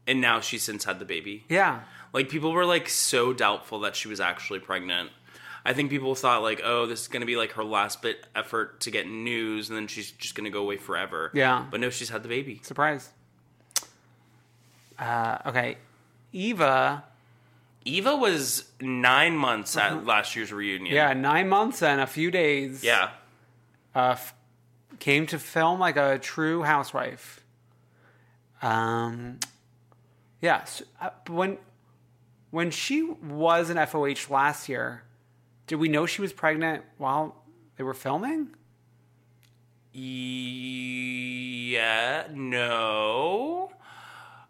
Speaker 4: And now she's since had the baby.
Speaker 3: Yeah,
Speaker 4: Like people were like so doubtful that she was actually pregnant. I think people thought like, oh, this is gonna be like her last bit effort to get news, and then she's just gonna go away forever.
Speaker 3: Yeah.
Speaker 4: But no, she's had the baby.
Speaker 3: surprise. Uh, okay, Eva.
Speaker 4: Eva was nine months at last year's reunion.
Speaker 3: Uh-huh. Yeah, nine months and a few days.
Speaker 4: Yeah.
Speaker 3: uh, f- came to film like a true housewife. Um, yeah. So, uh, when when she was an FOH last year, did we know she was pregnant while they were filming?
Speaker 4: Yeah. No.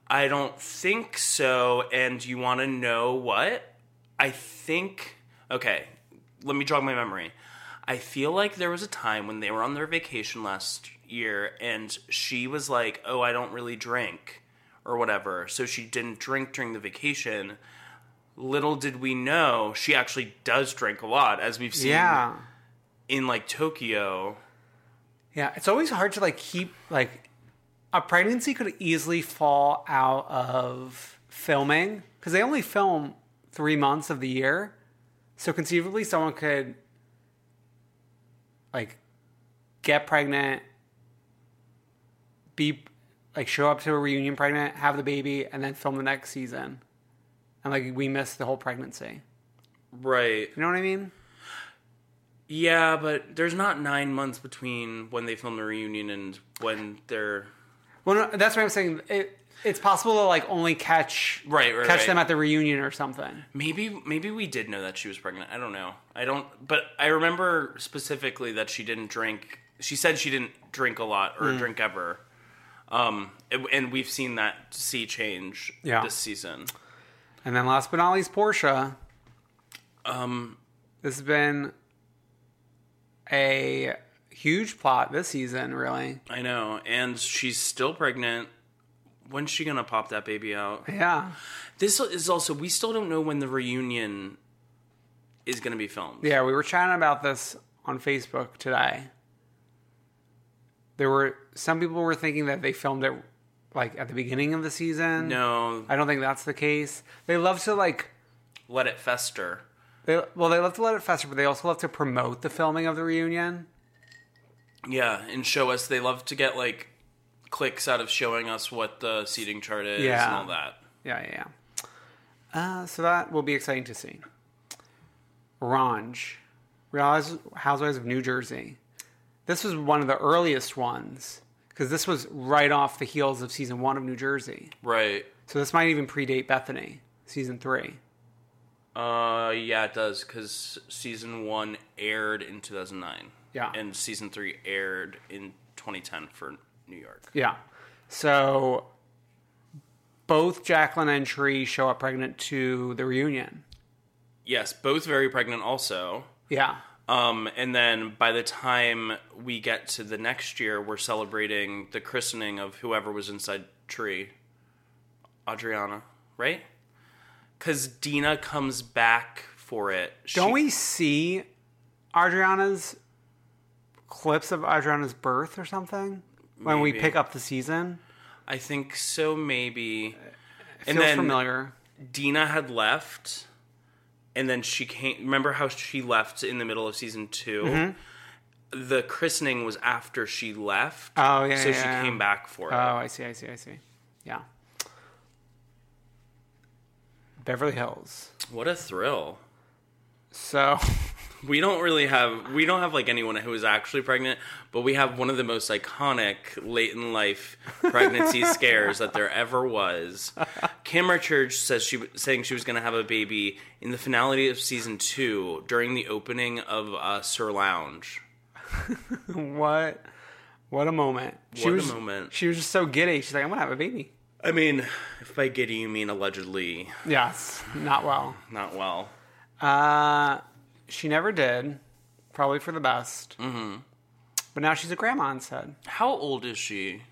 Speaker 4: I don't think so. And you want to know what? I think. Okay. Let me jog my memory. I feel like there was a time when they were on their vacation last year and she was like, oh, I don't really drink or whatever. So she didn't drink during the vacation. Little did we know, she actually does drink a lot, as we've seen
Speaker 3: Yeah.
Speaker 4: in like Tokyo.
Speaker 3: Yeah, it's always hard to like keep like a pregnancy could easily fall out of filming because they only film three months of the year, so conceivably someone could like get pregnant, be like show up to a reunion pregnant, have the baby, and then film the next season, and like we miss the whole pregnancy.
Speaker 4: Right.
Speaker 3: You know what I mean?
Speaker 4: Yeah, but there's not nine months between when they film the reunion and when they're.
Speaker 3: Well, no, that's what I'm saying. It, it's possible to like only catch
Speaker 4: Right, right,
Speaker 3: catch
Speaker 4: right.
Speaker 3: them at the reunion or something.
Speaker 4: Maybe maybe we did know that she was pregnant. I don't know. I don't. But I remember specifically that she didn't drink. She said she didn't drink a lot or
Speaker 3: Mm.
Speaker 4: drink ever. Um, and- and we've seen that sea change
Speaker 3: Yeah.
Speaker 4: this season.
Speaker 3: And then last but not least, Portia.
Speaker 4: Um,
Speaker 3: This has been a huge plot this season, really.
Speaker 4: I know, and she's still pregnant. When's she gonna pop that baby out?
Speaker 3: Yeah.
Speaker 4: This is also we still don't know when the reunion is going to be filmed.
Speaker 3: Yeah, we were chatting about this on Facebook today. There were some people were thinking that they filmed it like at the beginning of the season.
Speaker 4: No,
Speaker 3: I don't think that's the case. They love to like
Speaker 4: let it fester.
Speaker 3: they well they love to let it fester, but they also love to promote the filming of the reunion.
Speaker 4: Yeah, and show us. They love to get like clicks out of showing us what the seating chart is and
Speaker 3: Yeah.
Speaker 4: all that.
Speaker 3: Yeah, yeah, yeah. Uh, so that will be exciting to see. Ranj, Real Hous- Housewives of New Jersey. This was one of the earliest ones because this was right off the heels of season one of New Jersey.
Speaker 4: Right.
Speaker 3: So this might even predate Bethany season three.
Speaker 4: Uh, yeah, it does because season one aired in 2009.
Speaker 3: Yeah.
Speaker 4: and season three aired in 2010 for New York.
Speaker 3: Yeah. So both Jacqueline and Tree show up pregnant to the reunion.
Speaker 4: Yes, both very pregnant. Also,
Speaker 3: Yeah.
Speaker 4: Um, and then by the time we get to the next year, we're celebrating the christening of whoever was inside Tree, Adriana, right? Because Dina comes back for it. She-
Speaker 3: Don't we see Adriana's clips of Adriana's birth or something when we pick up the season?
Speaker 4: I think so, maybe.
Speaker 3: It
Speaker 4: and
Speaker 3: feels
Speaker 4: then
Speaker 3: familiar.
Speaker 4: Dina had left, and then she came. Remember how she left in the middle of season 2 The christening was after she left.
Speaker 3: Mm-hmm. Oh, yeah,
Speaker 4: So
Speaker 3: yeah,
Speaker 4: she
Speaker 3: yeah.
Speaker 4: came back for
Speaker 3: Oh,
Speaker 4: it.
Speaker 3: I see, I see, I see. Yeah. Beverly Hills.
Speaker 4: What a thrill!
Speaker 3: So [LAUGHS]
Speaker 4: We don't really have we don't have like anyone who is actually pregnant, but we have one of the most iconic late in life [LAUGHS] pregnancy scares that there ever was. Camera Church says she w- saying she was going to have a baby in the finale of season 2 during the opening of uh, Sir Lounge.
Speaker 3: what what a moment. She
Speaker 4: What a
Speaker 3: was,
Speaker 4: moment.
Speaker 3: She was just so giddy. She's like, I'm gonna have a baby.
Speaker 4: I mean, if by giddy you mean allegedly,
Speaker 3: Yes. Not well.
Speaker 4: not well.
Speaker 3: Uh, she never did. Probably for the best. Mm-hmm. But now she's a grandma instead.
Speaker 4: How old is she?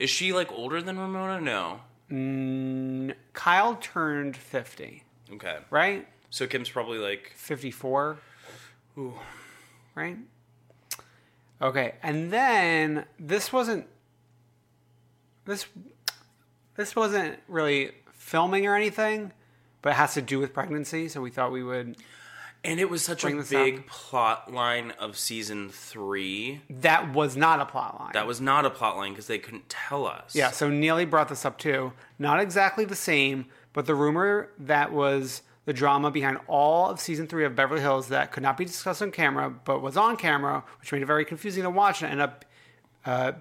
Speaker 4: Is she like older than Ramona? No.
Speaker 3: Mm, Kyle turned 50,
Speaker 4: Okay.
Speaker 3: right?
Speaker 4: So Kim's probably like
Speaker 3: 54. Ooh. Right? Okay. And then this wasn't this this wasn't really filming or anything, but it has to do with pregnancy, so we thought we would
Speaker 4: And it was such
Speaker 3: Bring
Speaker 4: a
Speaker 3: this
Speaker 4: big
Speaker 3: up.
Speaker 4: plot line of season three.
Speaker 3: that was not a plot line.
Speaker 4: That was not a plot line because they couldn't tell us.
Speaker 3: Yeah, so Neely brought this up too. Not exactly the same, but the rumor that was the drama behind all of season three of Beverly Hills that could not be discussed on camera, but was on camera, which made it very confusing to watch and ended up uh,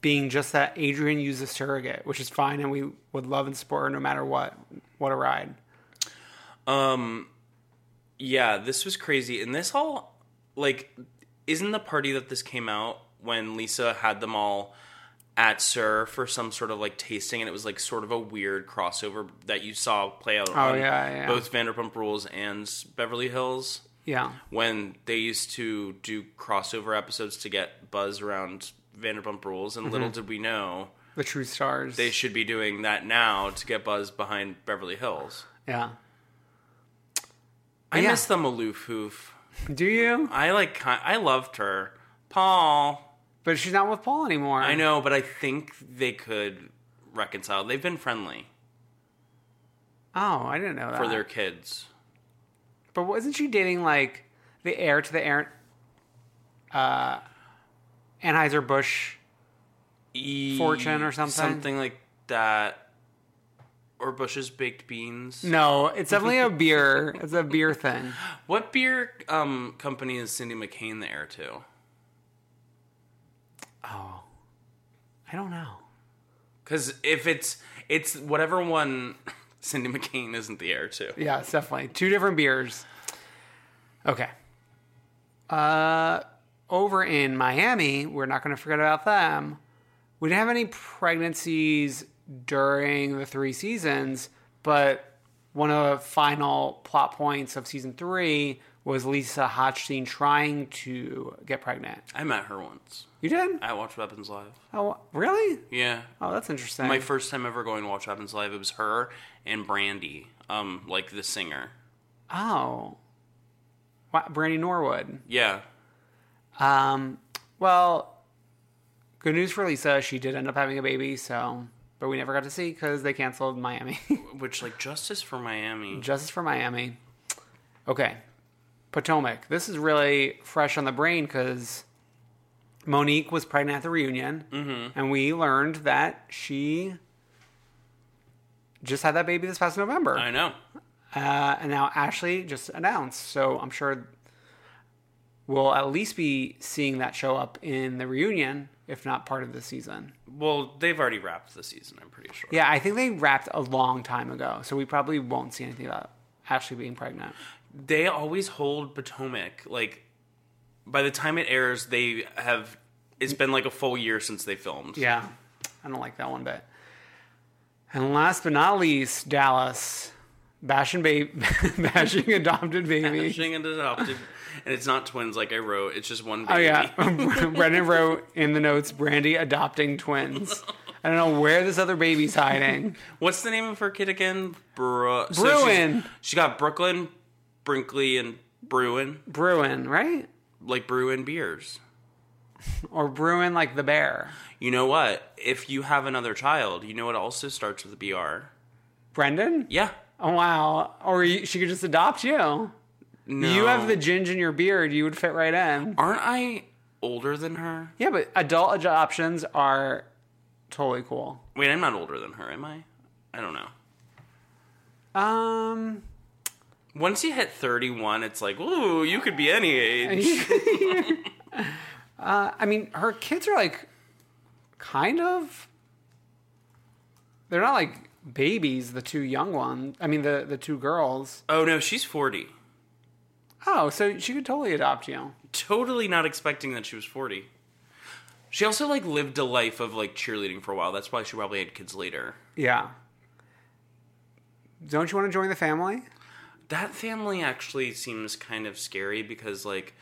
Speaker 3: being just that Adrian used a surrogate, which is fine, and we would love and support her no matter what. What a ride.
Speaker 4: Yeah, this was crazy. And this all, like, isn't the party that this came out when Lisa had them all at Sir for some sort of like tasting? And it was like sort of a weird crossover that you saw play out on
Speaker 3: Oh, yeah, yeah.
Speaker 4: both Vanderpump Rules and Beverly Hills
Speaker 3: Yeah.
Speaker 4: when they used to do crossover episodes to get buzz around Vanderpump Rules. And
Speaker 3: Mm-hmm.
Speaker 4: little did we know.
Speaker 3: The True Stars.
Speaker 4: they should be doing that now to get buzz behind Beverly Hills.
Speaker 3: yeah.
Speaker 4: I
Speaker 3: Yeah.
Speaker 4: miss the Maloof hoof.
Speaker 3: Do you?
Speaker 4: I like. ki- I loved her, Paul.
Speaker 3: But she's not with Paul anymore.
Speaker 4: I know, but I think they could reconcile. They've been friendly
Speaker 3: Oh, I didn't know that.
Speaker 4: for their kids.
Speaker 3: But wasn't she dating like the heir to the Aaron, uh, Anheuser Busch?
Speaker 4: E-
Speaker 3: Fortune or something?
Speaker 4: something like that, or Bush's baked beans.
Speaker 3: No, it's definitely a beer. It's a beer thing.
Speaker 4: What beer um, company is Cindy McCain the heir to?
Speaker 3: I don't know.
Speaker 4: Because if it's it's whatever one [LAUGHS] Cindy McCain isn't the heir to.
Speaker 3: Yeah, it's definitely two different beers. Okay. Uh, over in Miami, we're not going to forget about them. We didn't have any pregnancies during the three seasons, but one of the final plot points of season three was Lisa Hodgson trying to get pregnant.
Speaker 4: I met her once.
Speaker 3: You did?
Speaker 4: I watched Weapons Live.
Speaker 3: Oh, really?
Speaker 4: Yeah.
Speaker 3: Oh, that's interesting.
Speaker 4: My first time ever going to watch Weapons Live, it was her and Brandy, um, like the singer.
Speaker 3: Oh, wow, Brandy Norwood.
Speaker 4: Yeah.
Speaker 3: Um, well, good news for Lisa. She did end up having a baby, so but we never got to see because they canceled Miami. [LAUGHS]
Speaker 4: Which like justice for Miami.
Speaker 3: Justice for Miami. Okay, Potomac. This is really fresh on the brain because Monique was pregnant at the reunion, and we learned that she just had that baby this past November.
Speaker 4: I know.
Speaker 3: Uh, and now Ashley just announced, so I'm sure we'll at least be seeing that show up in the reunion, if not part of the season.
Speaker 4: Well, they've already wrapped the season. I'm pretty sure.
Speaker 3: Yeah, I think they wrapped a long time ago, so we probably won't see anything about Ashley being pregnant.
Speaker 4: They always hold Potomac. Like by the time it airs, they have. It's been like a full year since they filmed.
Speaker 3: Yeah, I don't like that one bit. And last but not least, Dallas bashing baby, [LAUGHS] bashing adopted baby.
Speaker 4: Bashing and adopted, and it's not twins like I wrote. It's just one baby.
Speaker 3: Oh yeah, [LAUGHS] Brendan wrote in the notes, Brandy adopting twins. I don't know where this other baby's hiding.
Speaker 4: What's the name of her kid again? Bru- so
Speaker 3: Bruin.
Speaker 4: she's- she got Brooklyn, Brinkley, and Bruin,
Speaker 3: Bruin, right?
Speaker 4: like Bruin beers.
Speaker 3: Or Bruin like the bear.
Speaker 4: You know what? If you have another child, you know it also starts with a BR.
Speaker 3: Brendan?
Speaker 4: Yeah.
Speaker 3: Oh wow. Or you, she could just adopt you.
Speaker 4: No.
Speaker 3: You have the ginge in your beard, you would fit right in.
Speaker 4: Aren't I older than her?
Speaker 3: Yeah, but adult adoptions are totally cool.
Speaker 4: Wait, I'm not older than her, am I? I don't know.
Speaker 3: Um
Speaker 4: Once you hit 31, it's like, ooh, you could be any age.
Speaker 3: [LAUGHS] uh, I mean, her kids are like kind of they're not like babies, the two young ones. I mean the the two girls.
Speaker 4: Oh no, she's 40.
Speaker 3: Oh, so she could totally adopt you.
Speaker 4: Totally not expecting that she was 40. She also like lived a life of like cheerleading for a while. That's why she probably had kids later.
Speaker 3: Yeah. Don't you want to join the family?
Speaker 4: That family actually seems kind of scary because like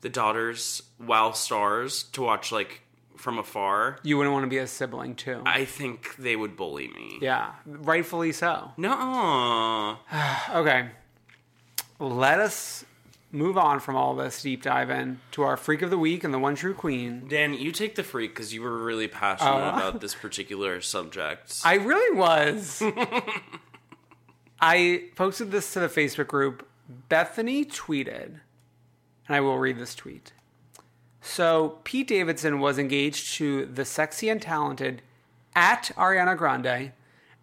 Speaker 4: the daughters wow stars to watch like from afar.
Speaker 3: You wouldn't want to be a sibling too.
Speaker 4: I think they would bully me.
Speaker 3: yeah, rightfully so.
Speaker 4: No.
Speaker 3: Okay. Let us move on from all this deep dive in to our freak of the week and the one true queen.
Speaker 4: Dan, you take the freak because you were really passionate about this particular subject.
Speaker 3: I really was. I posted this to the Facebook group. Bethany tweeted, and I will read this tweet. So, Pete Davidson was engaged to the sexy and talented at Ariana Grande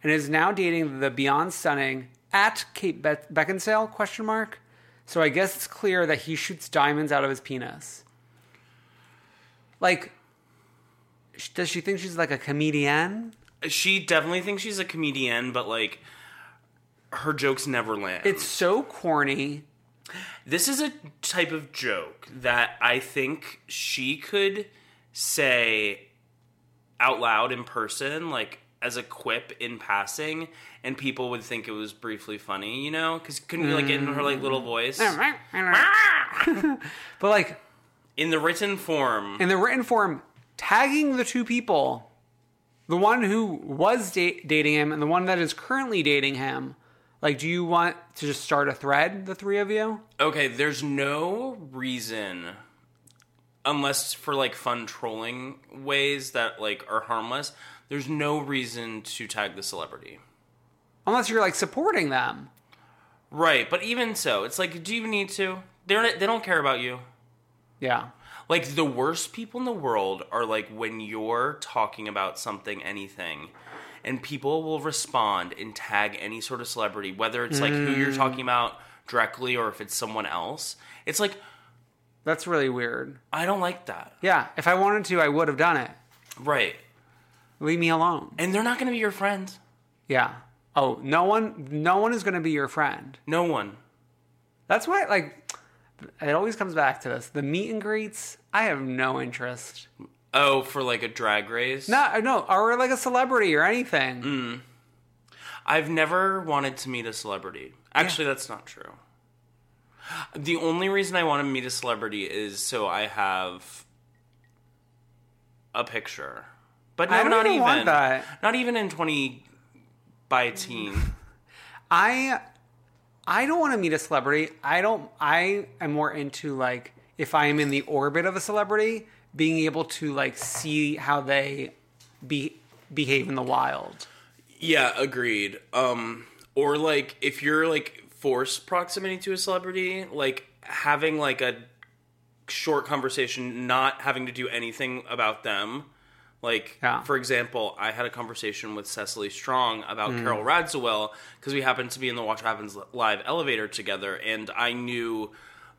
Speaker 3: and is now dating the beyond stunning at Kate Be- Beckinsale question mark. So, I guess it's clear that he shoots diamonds out of his penis. Like, sh- does she think she's like a comedian?
Speaker 4: she definitely thinks she's a comedian, but like her jokes never land.
Speaker 3: It's so corny. [LAUGHS]
Speaker 4: this is a type of joke that I think she could say out loud in person, like as a quip in passing, and people would think it was briefly funny, you know? Because couldn't be like in her like little voice.
Speaker 3: but like
Speaker 4: In the written form,
Speaker 3: in the written form, tagging the two people, the one who was da- dating him and the one that is currently dating him. Like, do you want to just start a thread, the three of you?
Speaker 4: Okay, there's no reason unless for like fun trolling ways that like are harmless, there's no reason to tag the celebrity.
Speaker 3: Unless you're like supporting them.
Speaker 4: Right, but even so, it's like do you need to? They're not, they don't care about you.
Speaker 3: Yeah.
Speaker 4: Like the worst people in the world are like when you're talking about something anything and people will respond and tag any sort of celebrity whether it's like who you're talking about directly or if it's someone else. It's like
Speaker 3: That's really weird.
Speaker 4: I don't like that.
Speaker 3: Yeah. If I wanted to, I would have done it.
Speaker 4: Right.
Speaker 3: Leave me alone.
Speaker 4: And they're not going to be your friend.
Speaker 3: Yeah. Oh, no one, no one is going to be your friend.
Speaker 4: No one.
Speaker 3: That's why, like, it always comes back to this. The meet and greets, I have no interest.
Speaker 4: Oh, for like a drag race?
Speaker 3: No, no, or like a celebrity or anything.
Speaker 4: I've never wanted to meet a celebrity. Actually, that's not true. The only reason I want to meet a celebrity is so I have a picture. But no,
Speaker 3: I don't
Speaker 4: not
Speaker 3: even
Speaker 4: even.
Speaker 3: want that.
Speaker 4: Not even in 20 by teen.
Speaker 3: I I don't want to meet a celebrity. I don't. I am more into like if I am in the orbit of a celebrity, being able to like see how they be behave in the wild.
Speaker 4: Yeah, agreed. Um, or like if you're like forced proximity to a celebrity, like having like a short conversation, not having to do anything about them. Like
Speaker 3: Yeah.
Speaker 4: for example, I had a conversation with Cecily Strong about Carol Radziwill because we happened to be in the Watch What Happens Live elevator together, and I knew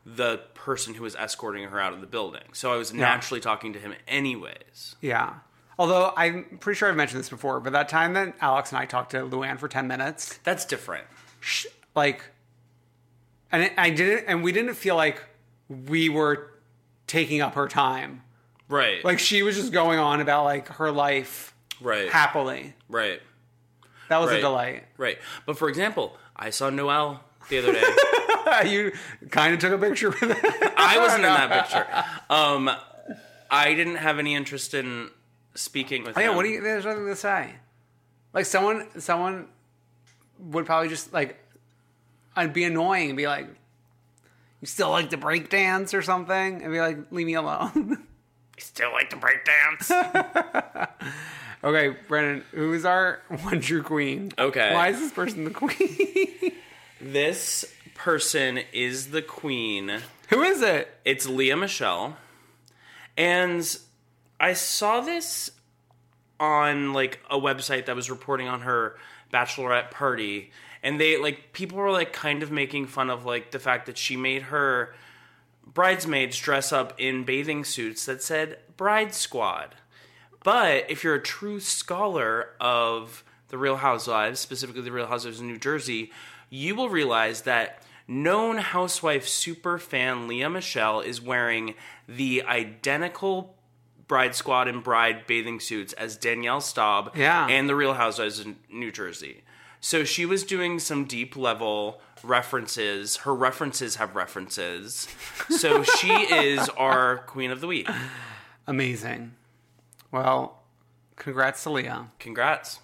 Speaker 4: the person who was escorting her out of the building, so I was naturally talking to him anyways.
Speaker 3: Yeah. Although I'm pretty sure I've mentioned this before, but that time that Alex and I talked to Luann for ten minutes,
Speaker 4: That's different.
Speaker 3: sh- like and it, i didn't and we didn't feel like we were taking up her time
Speaker 4: Right.
Speaker 3: like she was just going on about like her life
Speaker 4: right.
Speaker 3: happily
Speaker 4: right.
Speaker 3: that was
Speaker 4: Right.
Speaker 3: a delight [LAUGHS]
Speaker 4: Right. But for example, I saw Noel the other day.
Speaker 3: you kind of took a picture with it
Speaker 4: [LAUGHS] I wasn't in that picture. Um, I didn't have any interest in speaking with
Speaker 3: oh yeah
Speaker 4: him.
Speaker 3: what do you there's nothing to say like someone someone would probably just like i'd be annoying and be like you still like to break dance or something and be like leave me alone
Speaker 4: still like to break dance?
Speaker 3: Okay, Brennan, who is our [LAUGHS] one true queen?
Speaker 4: Okay.
Speaker 3: Why is this person the queen? [LAUGHS]
Speaker 4: this person is the queen.
Speaker 3: who is it?
Speaker 4: It's Leah Michelle. And I saw this on like a website that was reporting on her bachelorette party and they like people were like kind of making fun of like the fact that she made her bridesmaids dress up in bathing suits that said bride squad. But if you're a true scholar of the Real Housewives, specifically the Real Housewives of New Jersey, you will realize that known housewife super fan Leah Michelle is wearing the identical bride squad and bride bathing suits as Danielle Staub
Speaker 3: Yeah.
Speaker 4: and the Real Housewives of New Jersey. So she was doing some deep level references. Her references have references. So she is our queen of the week.
Speaker 3: Amazing. Well, congrats to Leah.
Speaker 4: Congrats.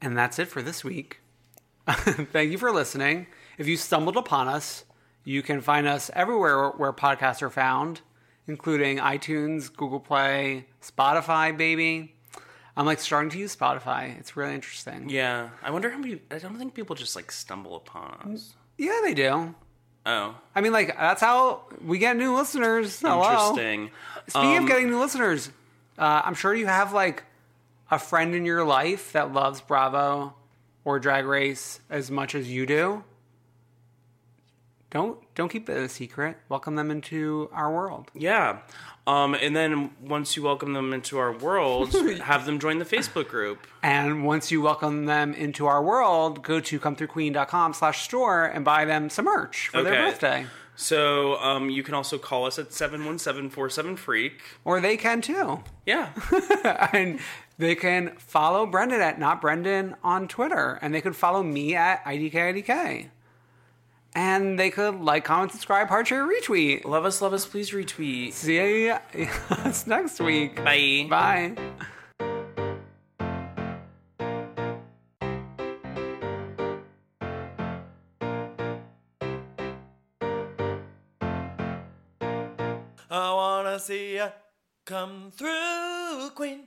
Speaker 3: And that's it for this week. [LAUGHS] Thank you for listening. If you stumbled upon us, you can find us everywhere where podcasts are found, including iTunes, Google Play, Spotify, baby. I'm like starting to use Spotify. It's really interesting.
Speaker 4: Yeah, I wonder how many. I don't think people just like stumble upon us.
Speaker 3: yeah they do.
Speaker 4: Oh,
Speaker 3: I mean, like, that's how we get new listeners. Oh, Hello.
Speaker 4: interesting.
Speaker 3: Speaking
Speaker 4: Um,
Speaker 3: of getting new listeners, uh, I'm sure you have like a friend in your life that loves Bravo or Drag Race as much as you do. Don't don't keep it a secret. Welcome them into our world.
Speaker 4: yeah, um, and then once you welcome them into our world, have them join the Facebook group.
Speaker 3: And once you welcome them into our world, go to comethroughqueen.com slash store and buy them some merch for their
Speaker 4: Okay.
Speaker 3: birthday.
Speaker 4: So um, you can also call us at seven one seven four seven freak.
Speaker 3: Or they can too.
Speaker 4: Yeah,
Speaker 3: [LAUGHS] and they can follow Brendan at not Brendan on Twitter, and they could follow me at idkidk, and they could like, comment, subscribe, heart share, retweet.
Speaker 4: love us, love us. Please retweet.
Speaker 3: [LAUGHS] See us next week.
Speaker 4: Bye.
Speaker 3: Bye.
Speaker 5: I wanna see ya come through, Queen.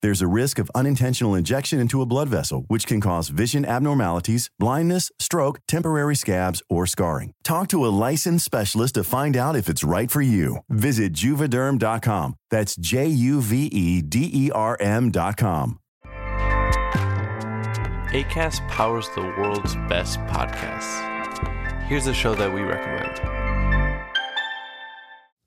Speaker 6: There's a risk of unintentional injection into a blood vessel, which can cause vision abnormalities, blindness, stroke, temporary scabs, or scarring. Talk to a licensed specialist to find out if it's right for you. Visit juvederm.com. That's J U V E D E R M.com. ACAST powers the world's best podcasts. Here's a show that we recommend.